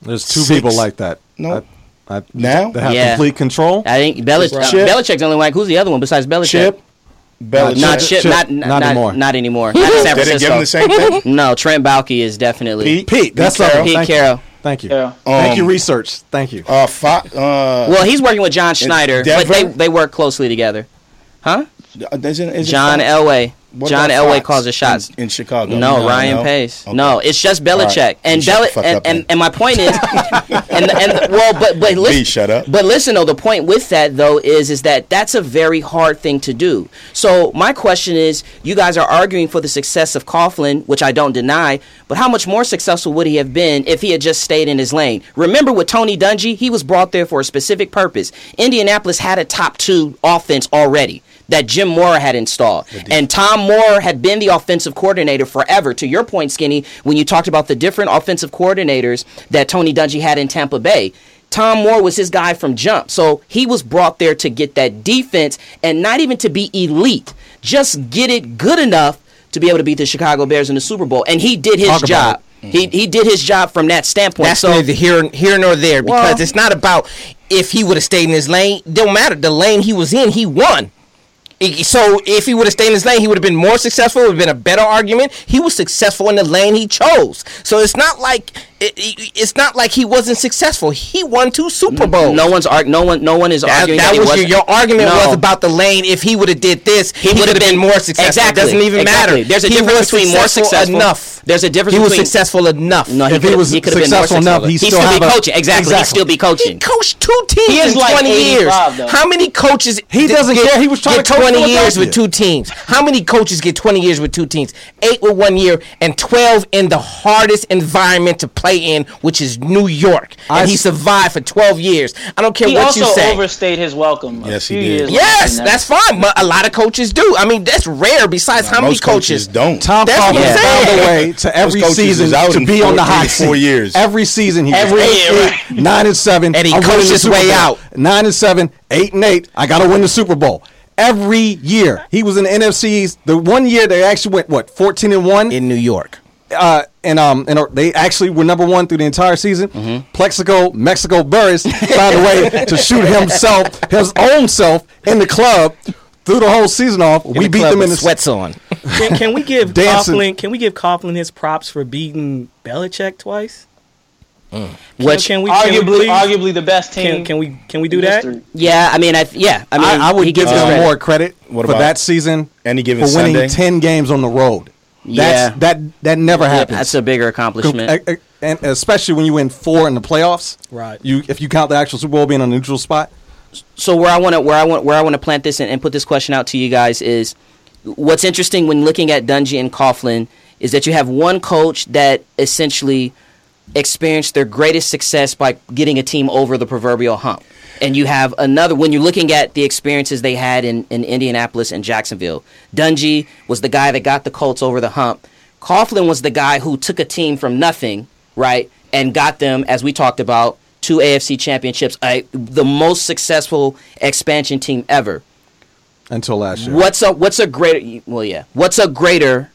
There's two Six. people like that. Nope. I, I, Now? they have Yeah. complete control. I think Belich- uh, Chip. Belichick's the only like who's the other one besides Belichick? Chip, Belichick. Not Chip. Chip. Not, not, Not anymore. anymore. Not anymore. Not in San Did they give him the Francisco. same thing? No, Trent Baalke is definitely Pete. Pete, that's Pete Pete Carroll. something. Thank you. Carroll. Thank you. Yeah. Thank you, Um, research. Thank you. Uh, Fo- uh, Well, he's working with John Schneider, but Denver? they they work closely together. Huh? is it- is it John Fox? Elway. What John about Elway Fox calls the shots. in, in Chicago. No, Ryan Pace. No, it's just Belichick. All right. And, You shut Bel- the fuck and, up, and man. and my point is, and and well, but but listen, Please shut up. But listen though, the point with that though is is that that's a very hard thing to do. So my question is, you guys are arguing for the success of Coughlin, which I don't deny, but how much more successful would he have been if he had just stayed in his lane? Remember with Tony Dungy, he was brought there for a specific purpose. Indianapolis had a top two offense already that Jim Moore had installed. And Tom Moore had been the offensive coordinator forever. To your point, Skinny, when you talked about the different offensive coordinators that Tony Dungy had in Tampa Bay, Tom Moore was his guy from jump. So he was brought there to get that defense and not even to be elite, just get it good enough to be able to beat the Chicago Bears in the Super Bowl. And he did his Talk about job. He, he did his job from that standpoint. That's so neither here here nor there because Well- it's not about if he would have stayed in his lane. Don't matter the lane he was in, he won. I- So if he would have stayed in his lane, he would have been more successful. It would have been a better argument. He was successful in the lane he chose. So it's not like it, it- it's not like he wasn't successful. He won two Super Bowls. no one's arg- no one no one is that, arguing that that he was your, wasn't- your argument No. was about the lane. If he would have did this, he, would have been, more successful. Exactly. It doesn't even Exactly. matter. There's a He difference was between more successful- enough. There's a difference He was between- successful enough. No, he If he could've- was could've been more successful enough, he still he'd still have be a- coaching. Exactly, he'd Exactly. still be He coaching. coached two teams He is in like 20 years. 85 though. How many coaches? He did- doesn't get, care. He was trying get to coach 20 years with Philadelphia. two teams. How many coaches get 20 years with two teams? Eight with one year and 12 in the hardest environment to play in, which is New York. I And he s- survived for 12 years. I don't care He what also you say. overstayed his welcome. a Yes, he few did. years later Yes, than that. that's fine. But a lot of coaches do. I mean, that's rare. Besides, how many Most coaches coaches? don't. Tom That's what Coughlin I'm found a saying. way to every coaches season is out to in be four- on the hot three to seat. four years. Every season he Every was eight, year, eight, nine and seven, And he I'm winning coached the his Super way Bowl. out. Nine and seven, eight and eight. I got to win the Super Bowl every year. He was in the NFCs. The one year they actually went what fourteen and one in New York. uh, and um, and uh, they actually were number one through the entire season. Mm-hmm. Plexico Mexico Burris found a way to shoot himself, his own self, in the club through the whole season off. we the beat club them in with the sweats on. Can, can we give Dancing. Coughlin? Can we give Coughlin his props for beating Belichick twice? Can, Mm. Which can we can we arguably, please- arguably the best can, team. can we can we do in that? history. yeah, I mean, I yeah, I mean, I, I he would give gets his them credit. more credit What for about that season any given for winning Sunday? ten games on the road. Yeah. That's, that that never Yeah, happens. That's a bigger accomplishment. A- a- and especially when you win four in the playoffs. Right. You if you count the actual Super Bowl being a neutral spot. so where I want to where I want where I want to plant this and, and put this question out to you guys is what's interesting when looking at Dungy and Coughlin is that you have one coach that essentially experienced their greatest success by getting a team over the proverbial hump. And you have another when you're looking at the experiences they had in, in Indianapolis and Jacksonville. Dungy was the guy that got the Colts over the hump. Coughlin was the guy who took a team from nothing, right, and got them, as we talked about, two AFC championships, I, the most successful expansion team ever. Until last year, What's a what's a greater well yeah what's a greater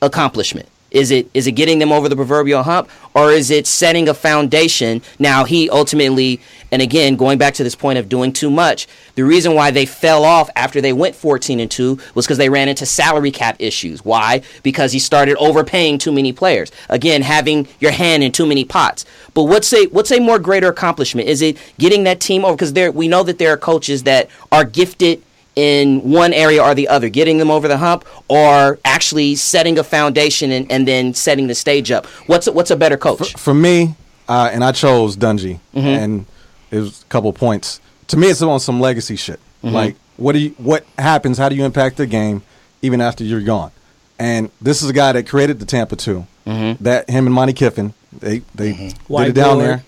accomplishment? Is it is it getting them over the proverbial hump or is it setting a foundation? Now he ultimately and again going back to this point of doing too much. The reason why they fell off after they went 14 and 2 was cuz they ran into salary cap issues. Why? Because he started overpaying too many players. Again, having your hand in too many pots. But what's a what's a more greater accomplishment? Is it getting that team over cuz there we know that there are coaches that are gifted in one area or the other, getting them over the hump, or actually setting a foundation and, and then setting the stage up? What's a, what's a better coach? for me, uh, and I chose Dungy, and it was a couple points. To me, it's on some legacy shit. Like, what do you, what happens? How do you impact the game even after you're gone? And this is a guy that created the Tampa 2 That him and Monty Kiffin, they they did Whiteboard. it down there.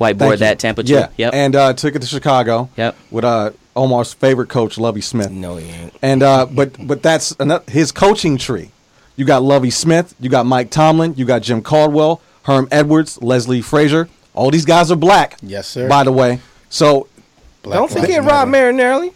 Thank Whiteboard you. that Tampa Yeah. Chip. Yep. And uh, took it to Chicago. Yep. With uh, Omar's favorite coach, Lovey Smith. No, he ain't. And uh, but but that's ano- his coaching tree. You got Lovey Smith, you got Mike Tomlin, you got Jim Caldwell, Herm Edwards, Leslie Frazier. All these guys are black. Yes, sir. By the way, so Black don't lives forget matter. Rob Marinelli.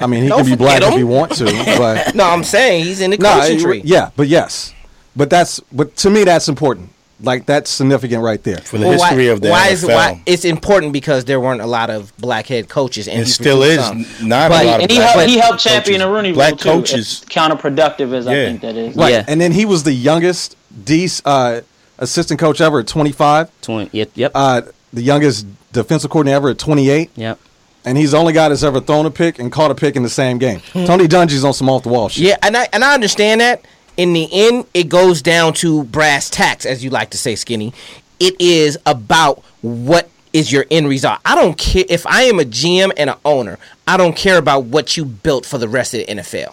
I mean, he Don't can be black forget if he him. wants to, but No, I'm saying he's in the no, culture it- tree. yeah, but yes, but that's but to me that's important. Like that's significant right there. for the Well, history of the why NFL. is why it's important because there weren't a lot of black head coaches, and it he still produced is some. not But- a lot of and he black helped, he coaches. helped champion the Rooney Black Rule too. coaches. As counterproductive as I Yeah. think that is. Right. Yeah. And then he was the youngest D, uh, assistant coach ever at 25, Twen- yep. Yep. uh, the youngest defensive coordinator ever at 28. yep. And he's the only guy that's ever thrown a pick and caught a pick in the same game. Tony Dungy's on some off the wall shit. Hmm. Yeah, and I and I understand that. In the end, it goes down to brass tacks, as you like to say, skinny. It is about what is your end result. I don't care if I am a GM and an owner. I don't care about what you built for the rest of the NFL.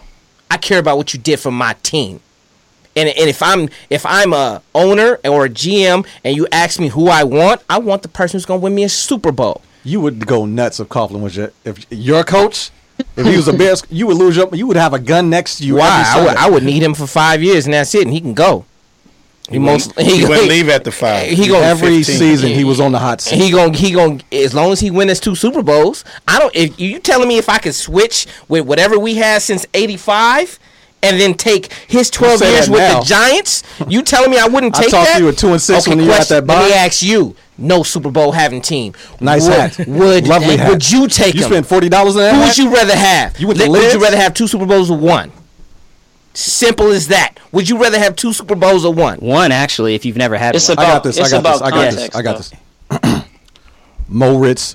I care about what you did for my team. And, and if I'm if I'm a owner or a GM and you ask me who I want, I want the person who's gonna win me a Super Bowl. You would go nuts if Coughlin was your, if your coach. If he was a Bears, you would lose your. You would have a gun next to you. Why? every I would, Sunday. I would need him for five years, and that's it, and he can go. He, most He wouldn't leave after five. He gonna every 15. season he was on the hot And seat. he gon' he gon' as long as he wins his two Super Bowls. I don't. If you telling me if I could switch with whatever we had since '85, and then take his 12 say years that with now. the Giants, you telling me I wouldn't I take talked to that? you at two and six when you had that Let me bye. ask you. No Super Bowl having team. Nice would, hat. Would Lovely hat. Would you take You him? spent forty dollars on that. Who hat? would you rather have? You with Le- the would you lids? rather have two Super Bowls or one? Simple as that. Would you rather have two Super Bowls or one? One actually, if you've never had It's one. I got about- this. it's I got this. about I got this. context, I got though. this. Moritz.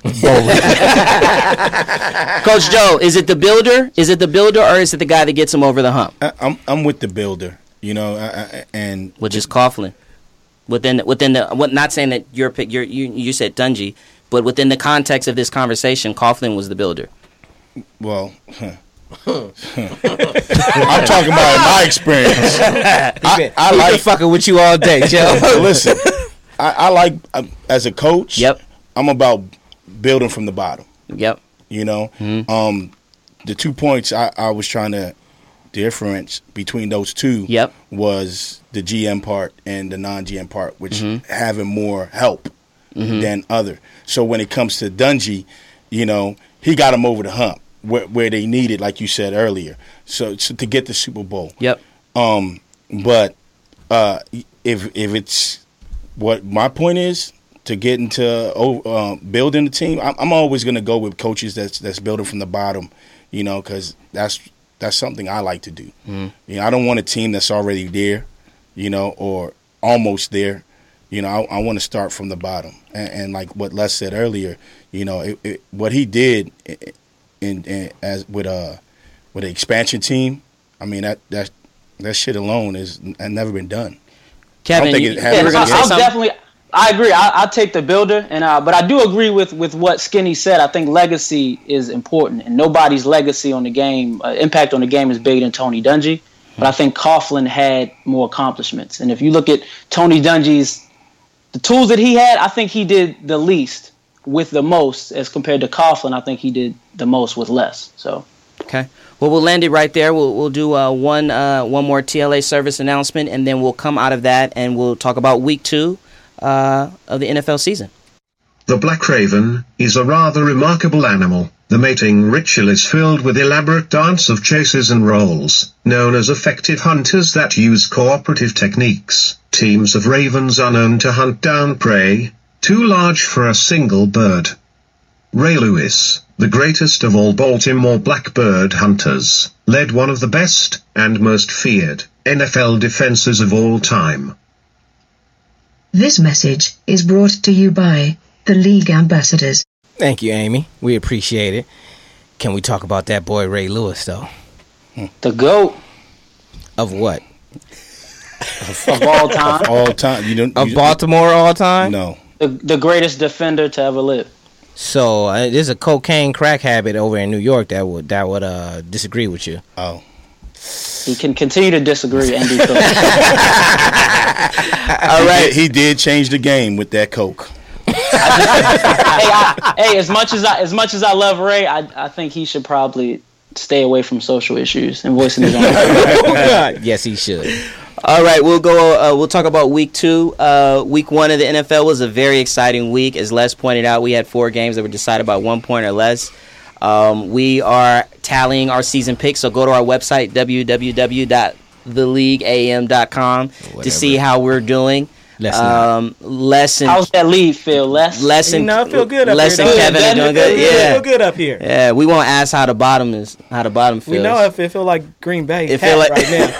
Boritz. Uh, Coach Joe, is it the builder? Is it the builder, or is it the guy that gets him over the hump, I, I'm I'm with the builder, you know, I, I, and which is Coughlin? Within within the what, not saying that your pick, your, you you said Dungy, but within the context of this conversation, Coughlin was the builder. well, huh. I'm talking about my experience. I, I He's been like fucking with you all day, Joe. listen. I, I like um, as a coach. Yep. I'm about building from the bottom. Yep. You know, um, the two points I, I was trying to difference between those two Yep. was the GM part and the non-GM part, which having more help than other. So when it comes to Dungy, you know, he got him over the hump where, where they needed, like you said earlier, so, so to get the Super Bowl. Yep. Um, but uh, if if it's what my point is to get into oh, uh, building the team, I'm, I'm always going to go with coaches that's that's building from the bottom, you know, because that's that's something I like to do. You know, I don't want a team that's already there, you know, or almost there. You know, I, I want to start from the bottom, and, and like what Les said earlier, you know, it, it, what he did i- i- in, in as with uh with the expansion team. I mean that that that shit alone is n- never been done. Kevin, think you, it you happened. were gonna going to say say I'll something. definitely. I agree. I, I'll take the builder, and uh, but I do agree with with what Skinny said. I think legacy is important, and nobody's legacy on the game, uh, impact on the game, is bigger than Tony Dungy. But I think Coughlin had more accomplishments, and if you look at Tony Dungy's the tools that he had, I think he did the least with the most, as compared to Coughlin. I think he did the most with less. So Okay. Well, we'll land it right there. We'll, we'll do uh, one uh, one more TLA service announcement, and then we'll come out of that and we'll talk about week two uh, of the NFL season. The black raven is a rather remarkable animal. The mating ritual is filled with elaborate dance of chases and rolls, known as effective hunters that use cooperative techniques. Teams of ravens are known to hunt down prey, too large for a single bird. Ray Lewis, the greatest of all Baltimore blackbird hunters, led one of the best and most feared NFL defenses of all time. This message is brought to you by the League Ambassadors. Thank you, Amy. We appreciate it. Can we talk about that boy Ray Lewis though? the goat Of what? of all time, All time, you don't. Of you- Baltimore all time? No, the, the greatest defender to ever live. So uh, there's a cocaine crack habit over in New York that would that would uh, disagree with you. oh, He can continue to disagree and be correct. all right. He did change the game with that coke. hey, I, hey, as much as I as much as I love Ray, I, I think he should probably stay away from social issues and voicing his own. yes, he should. All right, we'll go. Uh, we'll talk about week two. Uh, week one of the NFL was a very exciting week. As Les pointed out, we had four games that were decided by one point or less. Um, we are tallying our season picks, so go to our website, www.theleagueam.com, to see how we're doing. Let's not. Um, less than, How's that lead feel, Les? less than, no, I feel good up less here. than though. Kevin are I doing feel good. I Yeah, feel good up here. yeah. We won't ask how the bottom is, how the bottom We feels. know if it feel like Green Bay It it feel like- right now.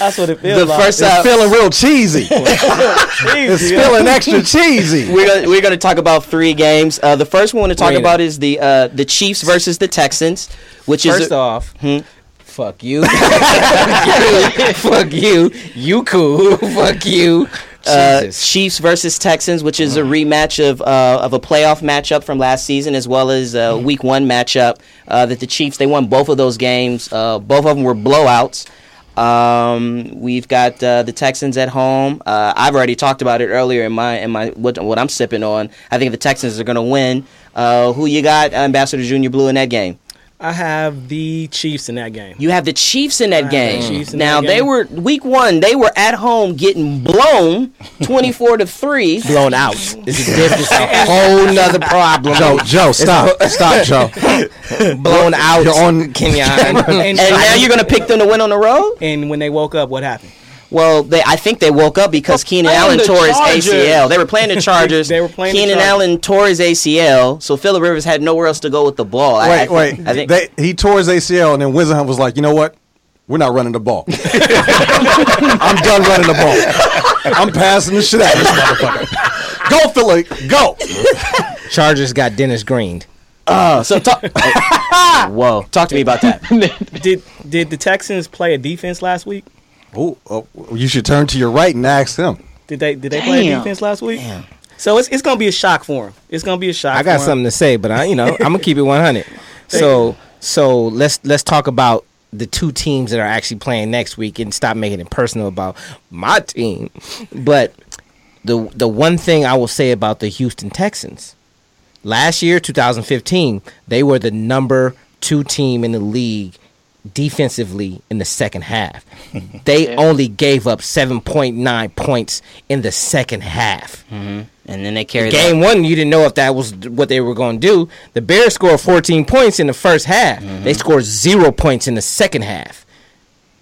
That's what it feels the like. first time feeling real cheesy. Jeez, It's yeah. feeling extra cheesy. we're gonna, we're gonna talk about three games. Uh, the first one to talk Wait a- about is the uh, the Chiefs versus the Texans, which is First a- off, fuck you. fuck you. You cool. fuck you. uh, Jesus. Chiefs versus Texans, which is a Mm. rematch of uh, of a playoff matchup from last season, as well as a Mm. Week One matchup uh, that the Chiefs they won both of those games. Uh, both of them were blowouts. Um, we've got uh, the Texans at home. Uh, I've already talked about it earlier in my in my what what I'm sipping on. I think the Texans are going to win. Uh, who you got, Ambassador Junior Blue, in that game? I have the Chiefs in that game. You have the Chiefs in that I have the game. Chiefs in now that they game. were week one. They were at home getting blown, twenty four to three. blown out. This is different. It's a whole nother problem. Joe, Joe, stop, stop, Joe. blown out. You're on Kenyon. And, And now you're gonna pick them to win on the road? and when they woke up, what happened? Well, they I think they woke up because Keenan playing Allen the tore his Chargers. ACL. They were playing the Chargers. They were playing the Keenan Chargers. Allen tore his ACL, so Phillip Rivers had nowhere else to go with the ball. I- I, Wait, think- wait. I think They, he tore his ACL, and then Wizenhunt was like, you know what? We're not running the ball. I'm done running the ball. I'm passing the shit out of this motherfucker. Go, Philly. Go. Chargers got Dennis Green. so talk. Whoa, talk to me about that. Did did the Texans play a defense last week? Ooh, oh, you should turn to your right and ask him. Did they did they play a Damn. defense last week? So it's it's gonna be a shock for him. It's gonna be a shock. I got for 'em. something to say, but I, you know, I'm gonna keep it 100. So, so let's let's talk about the two teams that are actually playing next week and stop making it personal about my team. But the the one thing I will say about the Houston Texans, last year, 2015, they were the number two team in the league defensively in the second half. They only gave up 7.9 points in the second half. And then they carried Game that- one, you didn't know if that was th- what they were going to do. The Bears scored 14 points in the first half. They scored zero points in the second half.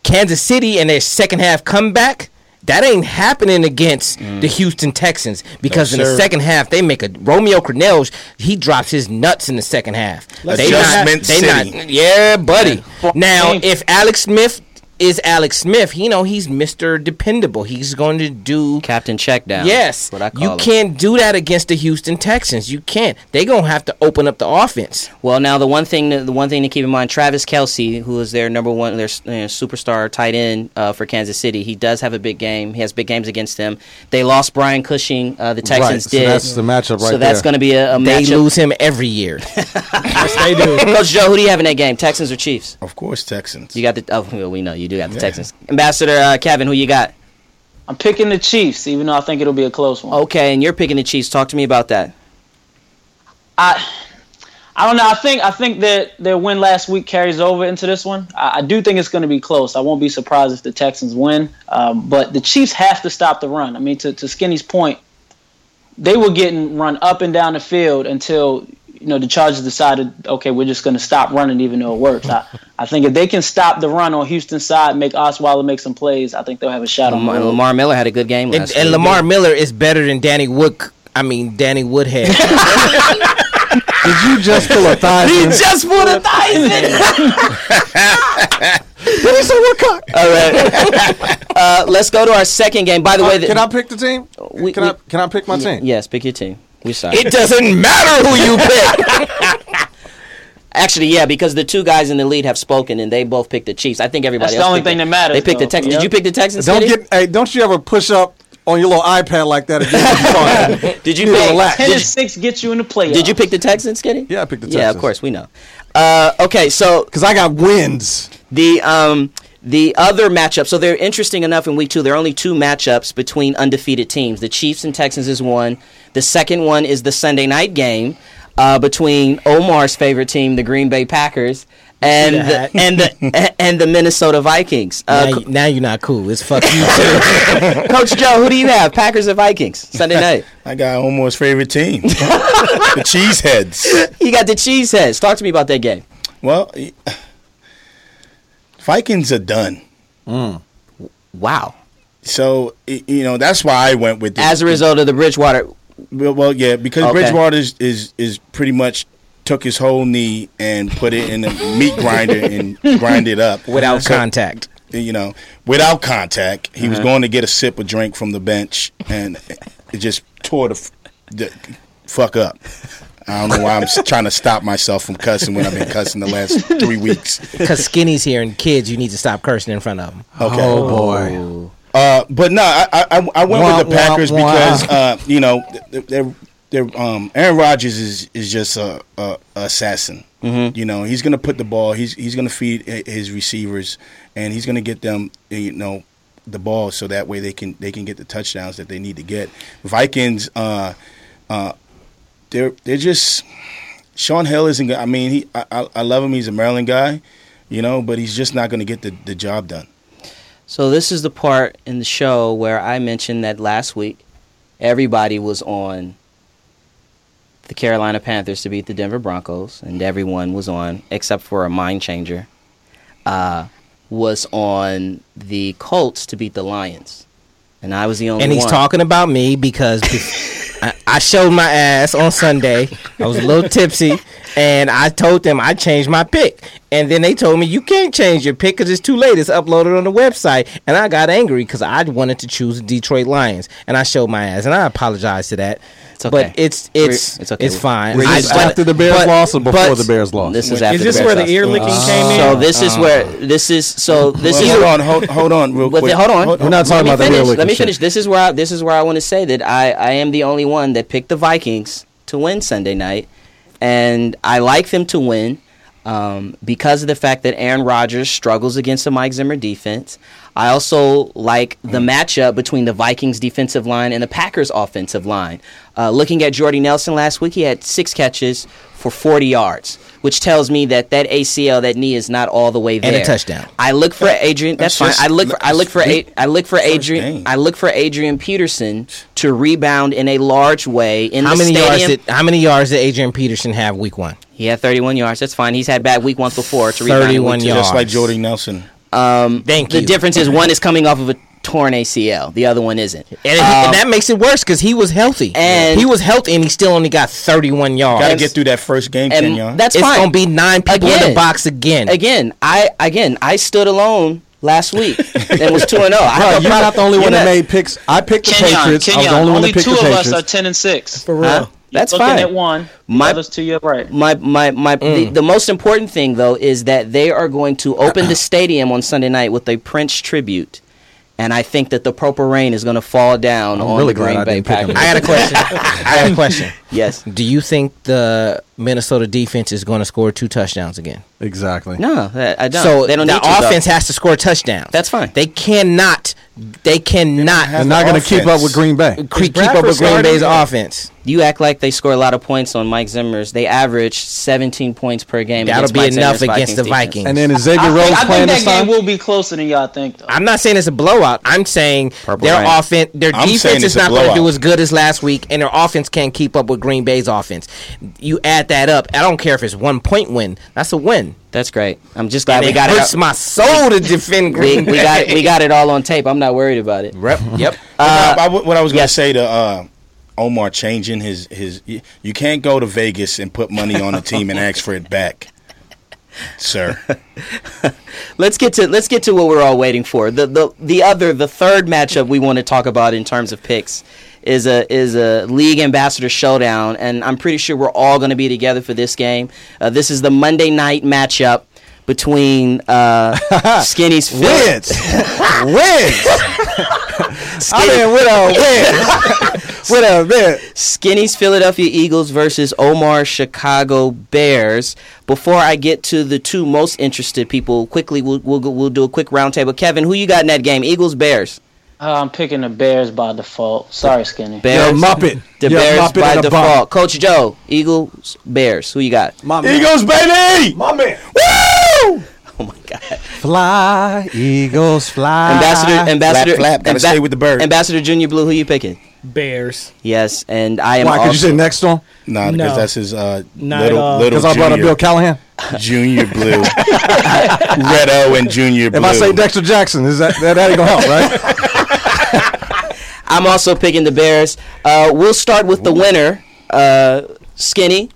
Kansas City and their second half comeback, that ain't happening against the Houston Texans because in the sir. second half they make a Romeo Cornell. He drops his nuts in the second half. They Adjustment City. not, yeah, buddy. Now if Alex Smith is Alex Smith, you know he's Mister Dependable. He's going to do Captain Checkdown. Yes, That's what I call you him. can't do that against the Houston Texans. You can't. They gonna have to open up the offense. Well, now the one thing the one thing to keep in mind, Travis Kelsey, who is their number one, their uh, superstar tight end uh, for Kansas City, he does have a big game. He has big games against them. They lost Brian Cushing. Uh, the Texans so did. that's the matchup right So that's there. going to be a, a They matchup. lose him every year. They do. Coach Joe, who do you have in that game? Texans or Chiefs? Of course, Texans. You got the. Oh, well, we know you do got the Texans. Ambassador uh, Kevin, who you got? I'm picking the Chiefs, even though I think it'll be a close one. Okay, and you're picking the Chiefs. Talk to me about that. I I don't know. I think I think that their win last week carries over into this one. I, I do think it's going to be close. I won't be surprised if the Texans win. Um, but the Chiefs have to stop the run. I mean, to, to Skinny's point, they were getting run up and down the field until you know the Chargers decided, okay, we're just going to stop running, even though it works. I, I think if they can stop the run on Houston's side, make Osweiler make some plays, I think they'll have a shot on Lamar, them. Um, Lamar Miller had a good game and, last and week. Lamar Miller is better than Danny Wood. I mean Danny Woodhead. Did you just pull a thigh? in? just put a thousand. Did he say what cock? All right. uh, let's go to our second game. By the way, the- Uh, Can I pick the team? We- can, I, we- can I pick my team? Yes, pick your team. We sorry. it doesn't matter who you pick. Actually, yeah, because the two guys in the lead have spoken and they both picked the Chiefs. I think everybody That's else the only picked thing the- that matters, They picked the though. Texans. Yep. Did you pick the Texans? Don't Kenny? get. Hey, don't you ever push up on your little iPad like that again? Fine. Did you You pick? relax. Ten Did and you, six gets you in the playoffs. did you pick the Texans, Kenny? Yeah, I picked the Yeah, of Texans. course we know. Uh, okay, so Because I got wins. the um the other matchup. So they're interesting enough in week two. There are only two matchups between undefeated teams. The Chiefs and Texans is one. The second one is the Sunday night game uh, between Omar's favorite team, the Green Bay Packers, and the the, hat. and the and the Minnesota Vikings. Uh, now, Co- you, now you're not cool. It's fuck you too. Coach Joe, who do you have? Packers or Vikings Sunday night? I got Omar's favorite team, the Cheeseheads. You got the cheeseheads. Talk to me about that game. Well, Vikings are done. Wow. So y- you know that's why I went with the, As a result of the Bridgewater, Well, well, yeah, because Okay. Bridgewater is, is is pretty much took his whole knee and put it in a meat grinder and grind it up without So, contact. Uh-huh. You know, without contact, he was going to get a sip of drink from the bench, and it just tore the, f- the fuck up. I don't know why I'm s- trying to stop myself from cussing when I've been cussing the last three weeks. Because Skinny's here and kids, you need to stop cursing in front of them. Okay. Oh boy. Uh, but no, I I, I- I went Wah, with the Packers wah, wah. because uh, you know th- they're, they're, um, Aaron Rodgers is is just a, a, a assassin. You know he's gonna put the ball. He's he's gonna feed i- his receivers, and he's gonna get them eh, you know the ball so that way they can they can get the touchdowns that they need to get. Vikings, uh, uh, they're they're just Sean Hill isn't. go- I mean he I, I, I love him. He's a Maryland guy, you know, but he's just not gonna get the, the job done. so this is the part in the show where I mentioned that last week everybody was on the Carolina Panthers to beat the Denver Broncos, and everyone was on except for a mind changer. Uh, was on the Colts to beat the Lions, and I was the only And he's one. talking about me because be- I, I showed my ass on Sunday. I was a little tipsy, and I told them I changed my pick. And then they told me you can't change your pick because it's too late. It's uploaded on the website. And I got angry because I wanted to choose the Detroit Lions, and I showed my ass. And I apologize to that. It's okay. But it's it's We're- it's, it's okay. fine. We're I used Is to it. this wanna- after the Bears but- lost or before but- the Bears lost? This is Is after this the where the Bears ear lost. licking came in? So Uh, this is where this is. So this Well, is hold on, hold, hold on, real But quick. then- hold on. We're not let talking me about the finish. real Let me wicked shit. finish. This is where I, this is where I want to say that I, I am the only one that picked the Vikings to win Sunday night, and I like them to win um, because of the fact that Aaron Rodgers struggles against the Mike Zimmer defense. I also like the matchup between the Vikings defensive line and the Packers offensive line. Uh, looking at Jordy Nelson last week, he had six catches for 40 yards, which tells me that that ACL, that knee, is not all the way there. And a touchdown. I look for Adrian. That's fine. That's I just- look for I look for a, I look for Adrian game. I look for Adrian Peterson to rebound in a large way in How the many yards stadium. did How many yards did Adrian Peterson have week one? he had 31 yards. That's fine. He's had bad week ones before to rebound. in week 31 two. yards. Just like Jordy Nelson. Thank The you. difference is one is coming off of a torn ACL. The other one isn't. Um, And, and that makes it worse because he was healthy. and- he was healthy, and he still only got 31 yards. Got to get through that first game, and Kenyon. that's it's fine. gonna be nine people in Again. the box again. again. I again I stood alone last week and was two and zero. I have a You're problem- not the only you're one that not- made picks. I picked the Kenyon, Patriots. I Kenyon, was the only one only that picked two the of us Patriots. are ten and six. For real. Huh? That's Looking fine. at one, My- my, others to your right. My my my. Mm. The, the most important thing though is that they are going to open the stadium on Sunday night with a Prince tribute, and I think that the purple rain is going to fall down on really the Green glad I Bay didn't pick Packers. him. I got a question. I got a question. yes. Do you think the Minnesota defense is going to score two touchdowns again? Exactly. No, I I don't. so they don't the need to, though. offense has to score touchdowns. That's fine. They cannot. They cannot They're As not an going to keep up offense. with Green Bay. cre- keep up with Green Bay's offense. You act like they score a lot of points on Mike Zimmer's. They average 17 points per game. That'll against be Mike enough Zimmer's against the defense. Vikings. And then is Xavier I Rhodes think, I playing think this that game time? will be closer than y'all think, though. I'm not saying it's a blowout. I'm saying Purple their rain. offense, their I'm saying defense is it's a not going to do blowout. as good as last week, and their offense can't keep up with Green Bay's offense. You add that up. I don't care if it's one point win. That's a win. That's great. I'm just glad And we it got hurts it. my soul to defend we, Green we Bay. got it. We got it all on tape. I'm not worried about it. Rep, yep. But I- I w- what I was going to yes. say to uh, Omar changing his his y- you can't go to Vegas and put money on a team and ask for it back, sir. Let's get to let's get to what we're all waiting for. The the the other the third matchup we want to talk about in terms of picks is a is a league ambassador showdown, and I'm pretty sure we're all going to be together for this game. Uh, this is the Monday night matchup between uh, Skinny's Philly, Wins. Wins. I'm Skinny, in with a win. with a win. Skinny's Philadelphia Eagles versus Omar Chicago Bears. Before I get to the two most interested people, quickly we'll we'll, go- we'll do a quick roundtable. Kevin, who you got in that game? Eagles Bears. Uh, I'm picking the Bears by default. Sorry, Skinny. Bears. You're a Muppet. The You're a Bears Muppet by and a bum. default. Coach Joe, Eagles, Bears. Who you got? My man. Eagles, baby. My man. Oh my God. Fly, Eagles, fly. Ambassador, Ah. Ambassador, flap, gotta stay with the bird. Ambassador Junior Blue, who you picking? Bears. Yes, and I am. Why? Could you also- say next one? Nah, No. because that's his uh, Not at little all. little Because I brought up junior, Bill Callahan. junior blue, red O and junior blue. If I say Dexter Jackson, is that that, that ain't gonna help, right? I'm also picking the Bears. Uh, we'll start with the winner, uh, Skinny.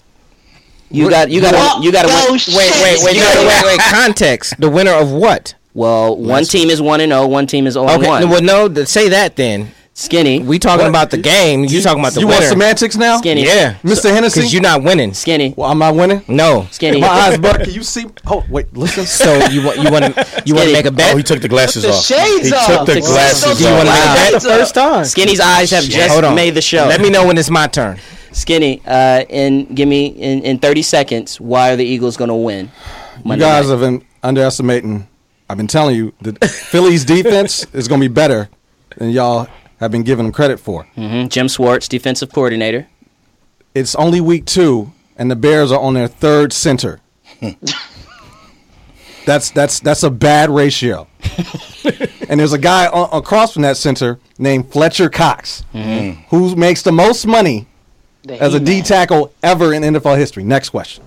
You got you got to you got to win. Wait, wait, wait, You no, gotta win. wait, wait, Context. The winner of what? Well, one team is one and zero. One team is zero and Okay. one. Well, no. th- Say that then. Skinny, We talking about the game. You talking about the you want winner? semantics now? Skinny. Yeah, Mr. Hennessy? Because you're not winning. Skinny, Well, am I winning? No. Skinny. My eyes buck. Can you see? Hold, wait, listen. So you want you want to you want Skinny. to make a bet? oh, he took the glasses the off. shades he off. took the Took the glasses glasses off. off. wanna Wow. make a That's the first time. Skinny's eyes have just Hold on. made the show. Let me know when it's my turn. Skinny, uh, and give me in, in 30 seconds. Why are the Eagles going to win? You Monday guys night? have been underestimating. I've been telling you the Phillies defense is going to be better than y'all have been giving them credit for. Mhm. Jim Swartz, defensive coordinator. It's only week two, and the Bears are on their third center. that's that's that's a bad ratio. and there's a guy a- across from that center named Fletcher Cox, who makes the most money The as a He-Man. D tackle ever in NFL history. Next question.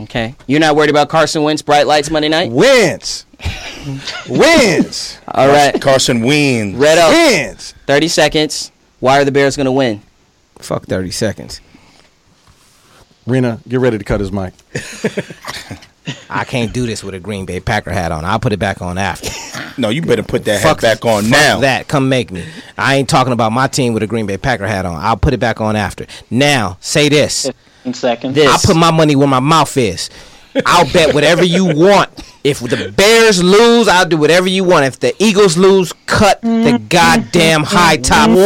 Okay. You're not worried about Carson Wentz, bright lights Monday night? Wins, wins, All right. Carson Wayne. Red up. wins. 30 seconds. Why are the Bears going to win? Fuck thirty seconds. Rena, get ready to cut his mic. I can't do this with a Green Bay Packer hat on. I'll put it back on after. No, you better put that Fuck- hat back on fuck now. That come make me. I ain't talking about my team with a Green Bay Packer hat on. I'll put it back on after. Now say this. Second. This. I put my money where my mouth is. I'll bet whatever you want. If the Bears lose, I'll do whatever you want. If the Eagles lose, cut the goddamn high top thing.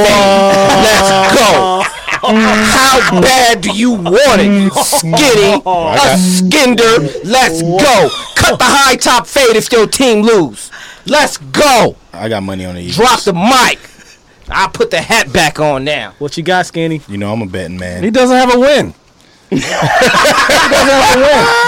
Let's go. How bad do you want it? Skinny, a skinder. Let's go. Cut the high top fade if your team lose. Let's go. I got money on the Eagles. Drop the mic. I'll put the hat back on now. What you got, Skinny? You know I'm a betting man. He doesn't have a win.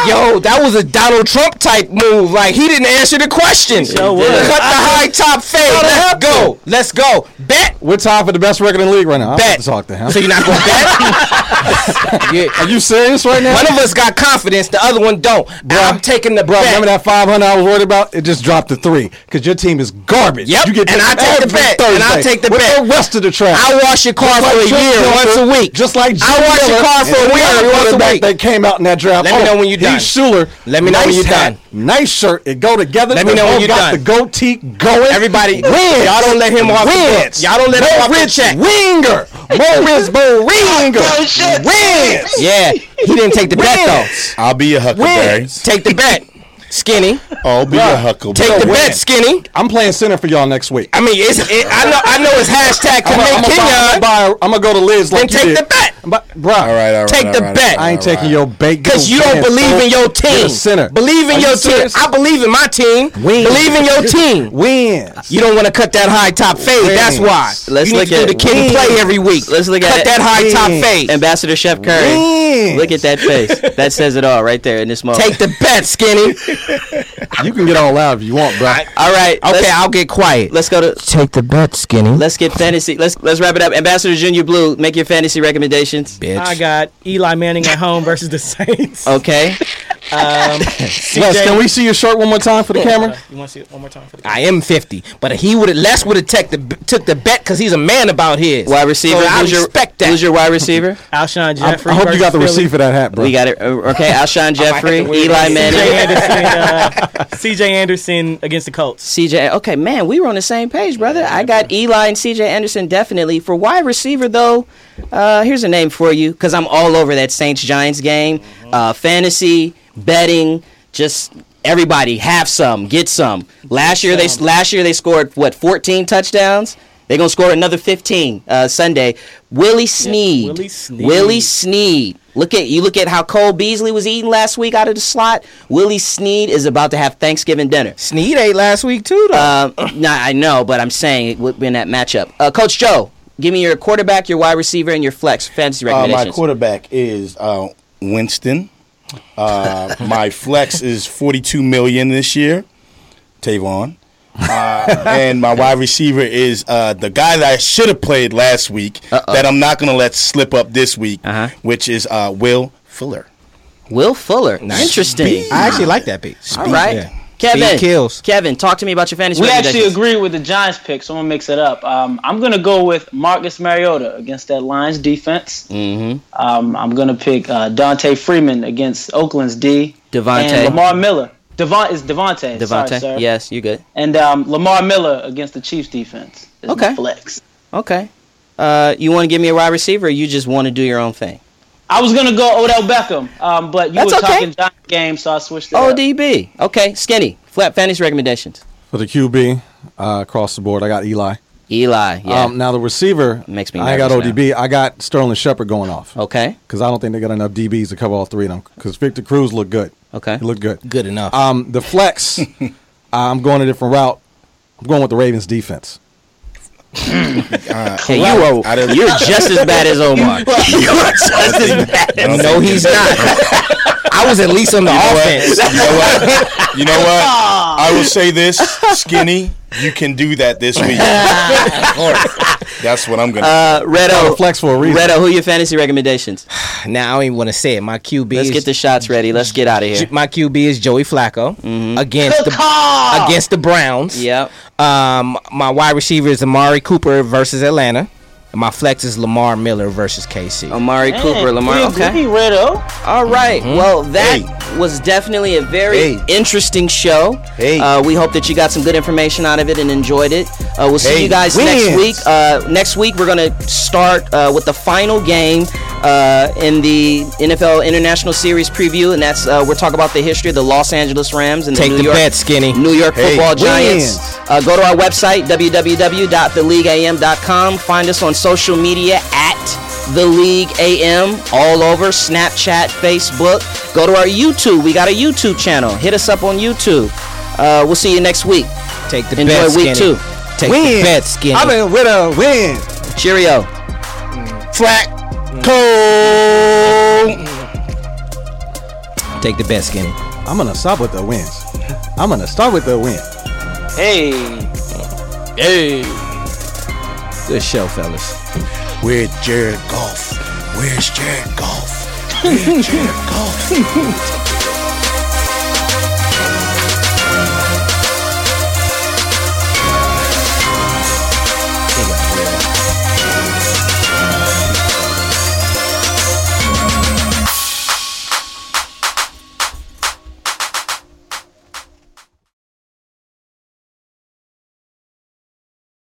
Yo, that was a Donald Trump type move. Like he didn't answer the question. Cut the high top fade. Let's go. Let's go. Bet. We're tied for the best record in the league right now. I don't have Bet. to talk to him. So you're not gonna bet? Are yeah. you serious right now? One of us got confidence, the other one don't. I'm taking the Bro, bet. remember that 500 I was worried about? It just dropped to three because your team is garbage. Yep, You get and I picked take the every bet, and I Thursday take the with bet. The rest of the trash. I wash your car Just like for a Jim year, Miller, once a week. Just like Jim I wash your Miller car for a and year, every once a quarterback week. That came out in that draft. Let me Oh, know when you're done. He's Schuler. Let me know when Nice you're hat, done. Nice shirt. It go together. Let me They know when both you're got done. the goatee going. Everybody, wins. y'all don't let him off the hook. Wins. Y'all don't let him off the Rich check. oh, Winger. Morris Boringer. Wins. Yeah, he didn't take the bet Wins. though. I'll be your huckleberry. Wins. Oh, Take the bet, skinny. I'll be your huckleberry. Take the Win. bet, skinny. I'm playing center for y'all next week. I mean, it's it, I know I know it's hashtag I'm commit Kenyon. gonna I'm gonna go to Liz like And you take did. the bet. But, bruh, All right, all right. Take all the right, bet. all I ain't right, taking all your bait. Because you don't believe in your team. center. Believe in Are you your team. serious? I believe in my team. Win. Believe in your team. wins. You don't want to cut that high top fade. That's Wins. why. Let's you look need to at- do the kid and play every week. Let's look at cut it. that high top Wins. fade. And Ambassador Chef Curry. Wins. Look at that face. That says it all right there in this moment. take the bet, skinny. You can get all loud if you want, bruh. all right. Okay, Let's, I'll get quiet. let's go to. take the bet, skinny. Let's get fantasy. Let's let's wrap it up. Ambassador Junior Blue, make your fantasy recommendations. I bitch. got Eli Manning at home versus the Saints. Uh, Okay. Les, can we see your shirt one more time for the camera? Uh, You want to see it one more time for the I am fifty, but he would have less would have took the took the bet because he's a man about his. Wide receiver. So I who's your, respect that. Who's your wide receiver? Alshon I, Jeffrey. I hope you got the versus Philly. receipt for that hat, bro. We got it. Uh, Okay. Alshon Jeffrey, Eli CJ Manning, Anderson, uh, CJ Anderson against the Colts. CJ. Okay, man, we were on the same page, brother. I got Eli and CJ Anderson definitely. For wide receiver, though, uh, here's a name for you because I'm all over that Saints Giants game. Uh, fantasy, betting, just. Everybody have some, get some. Last year they last year they scored what 14 touchdowns. They're gonna score another 15 uh, Sunday. Willie Sneed. Willie Sneed. Willie Sneed. Look at you. Look at how Cole Beasley was eating last week out of the slot. Willie Sneed is about to have Thanksgiving dinner. Sneed ate last week too, though. Um, nah, I know, but I'm saying it would be in that matchup. Uh, Coach Joe, give me your quarterback, your wide receiver, and your flex fantasy right. Uh, recommendations. my quarterback is uh, Winston. Uh, my flex is 42 million this year, Tavon. Uh, and my wide receiver is uh, the guy that I should have played last week that I'm not going to let slip up this week, Uh-huh. which is uh, Will Fuller. Will Fuller. Interesting. I actually like that pick. All right. Yeah. Kevin. Speed kills. Kevin, talk to me about your fantasy We actually recommendations. agree with the Giants pick, so I'm gonna mix it up. Um, I'm gonna go with Marcus Mariota against that Lions defense. Mm-hmm. Um, I'm gonna pick uh, Dante Freeman against Oakland's D. Devontae. and Lamar Miller. Devon is Devontae. Sorry, Devontae. sir. yes, you good. And um, Lamar Miller against the Chiefs defense. is my Okay. Flex. Okay. Uh, you want to give me a wide receiver or you just want to do your own thing? I was gonna go Odell Beckham, um, but you That's were okay. Oh, talking Giant game, so I switched it. up. ODB. Okay, skinny. Flat fantasy recommendations. For the QB uh, across the board, I got Eli. Eli. Yeah. Um, now the receiver Makes me I ain't got nervous ODB. I got Sterling Shepard going off. okay. Because I don't think they got enough DBs to cover all three of them. Because Victor Cruz looked good. Okay. He looked good. Good enough. Um, the flex, I'm going a different route. I'm going with the Ravens defense. Hey, you are, I didn't- you're just as bad as Omar. you're just as bad as no, he's not. I was at least on the offense. You know what? You know what? I will say this, Skinny, you can do that this week. That's what I'm going to uh, Redo. a flex for a reason. Redo, who your fantasy recommendations? Now I don't even want to say it. My QB. Let's is, get the shots ready. Let's get out of here. My QB is Joey Flacco Mm-hmm. against the Call! against the Browns. Yep. Um, my wide receiver is Amari Cooper versus Atlanta. And my flex is Lamar Miller versus KC. Amari Cooper, Lamar. We agree, Okay. Riddo. All right. Well, that was definitely a very Mm-hmm. Hey. interesting show. Hey. Uh, we hope that you got some good information out of it and enjoyed it. Uh, we'll see Hey, you guys next week. wins. Uh, next week, we're going to start uh, with the final game uh, in the NFL International Series preview, and that's uh, we're talking about the history of the Los Angeles Rams and Take the New the York bet, Skinny. New York Hey, Football Giants. wins. Uh, go to our website, www.theleagueam.com. Find us on social media at The League AM, all over Snapchat, Facebook. Go to our YouTube. We got a YouTube channel. Hit us up on YouTube. Uh, we'll see you next week. Take the Enjoy bet, week Skinny. two. Take the bet, Skinny. in with a win. Cheerio. Take the bet, Skinny. I'm gonna start with the wins. I'm gonna start with the win. Hey. Good show, fellas. Where's Jared Goff? Where's Jared Goff? Where's Jared Goff?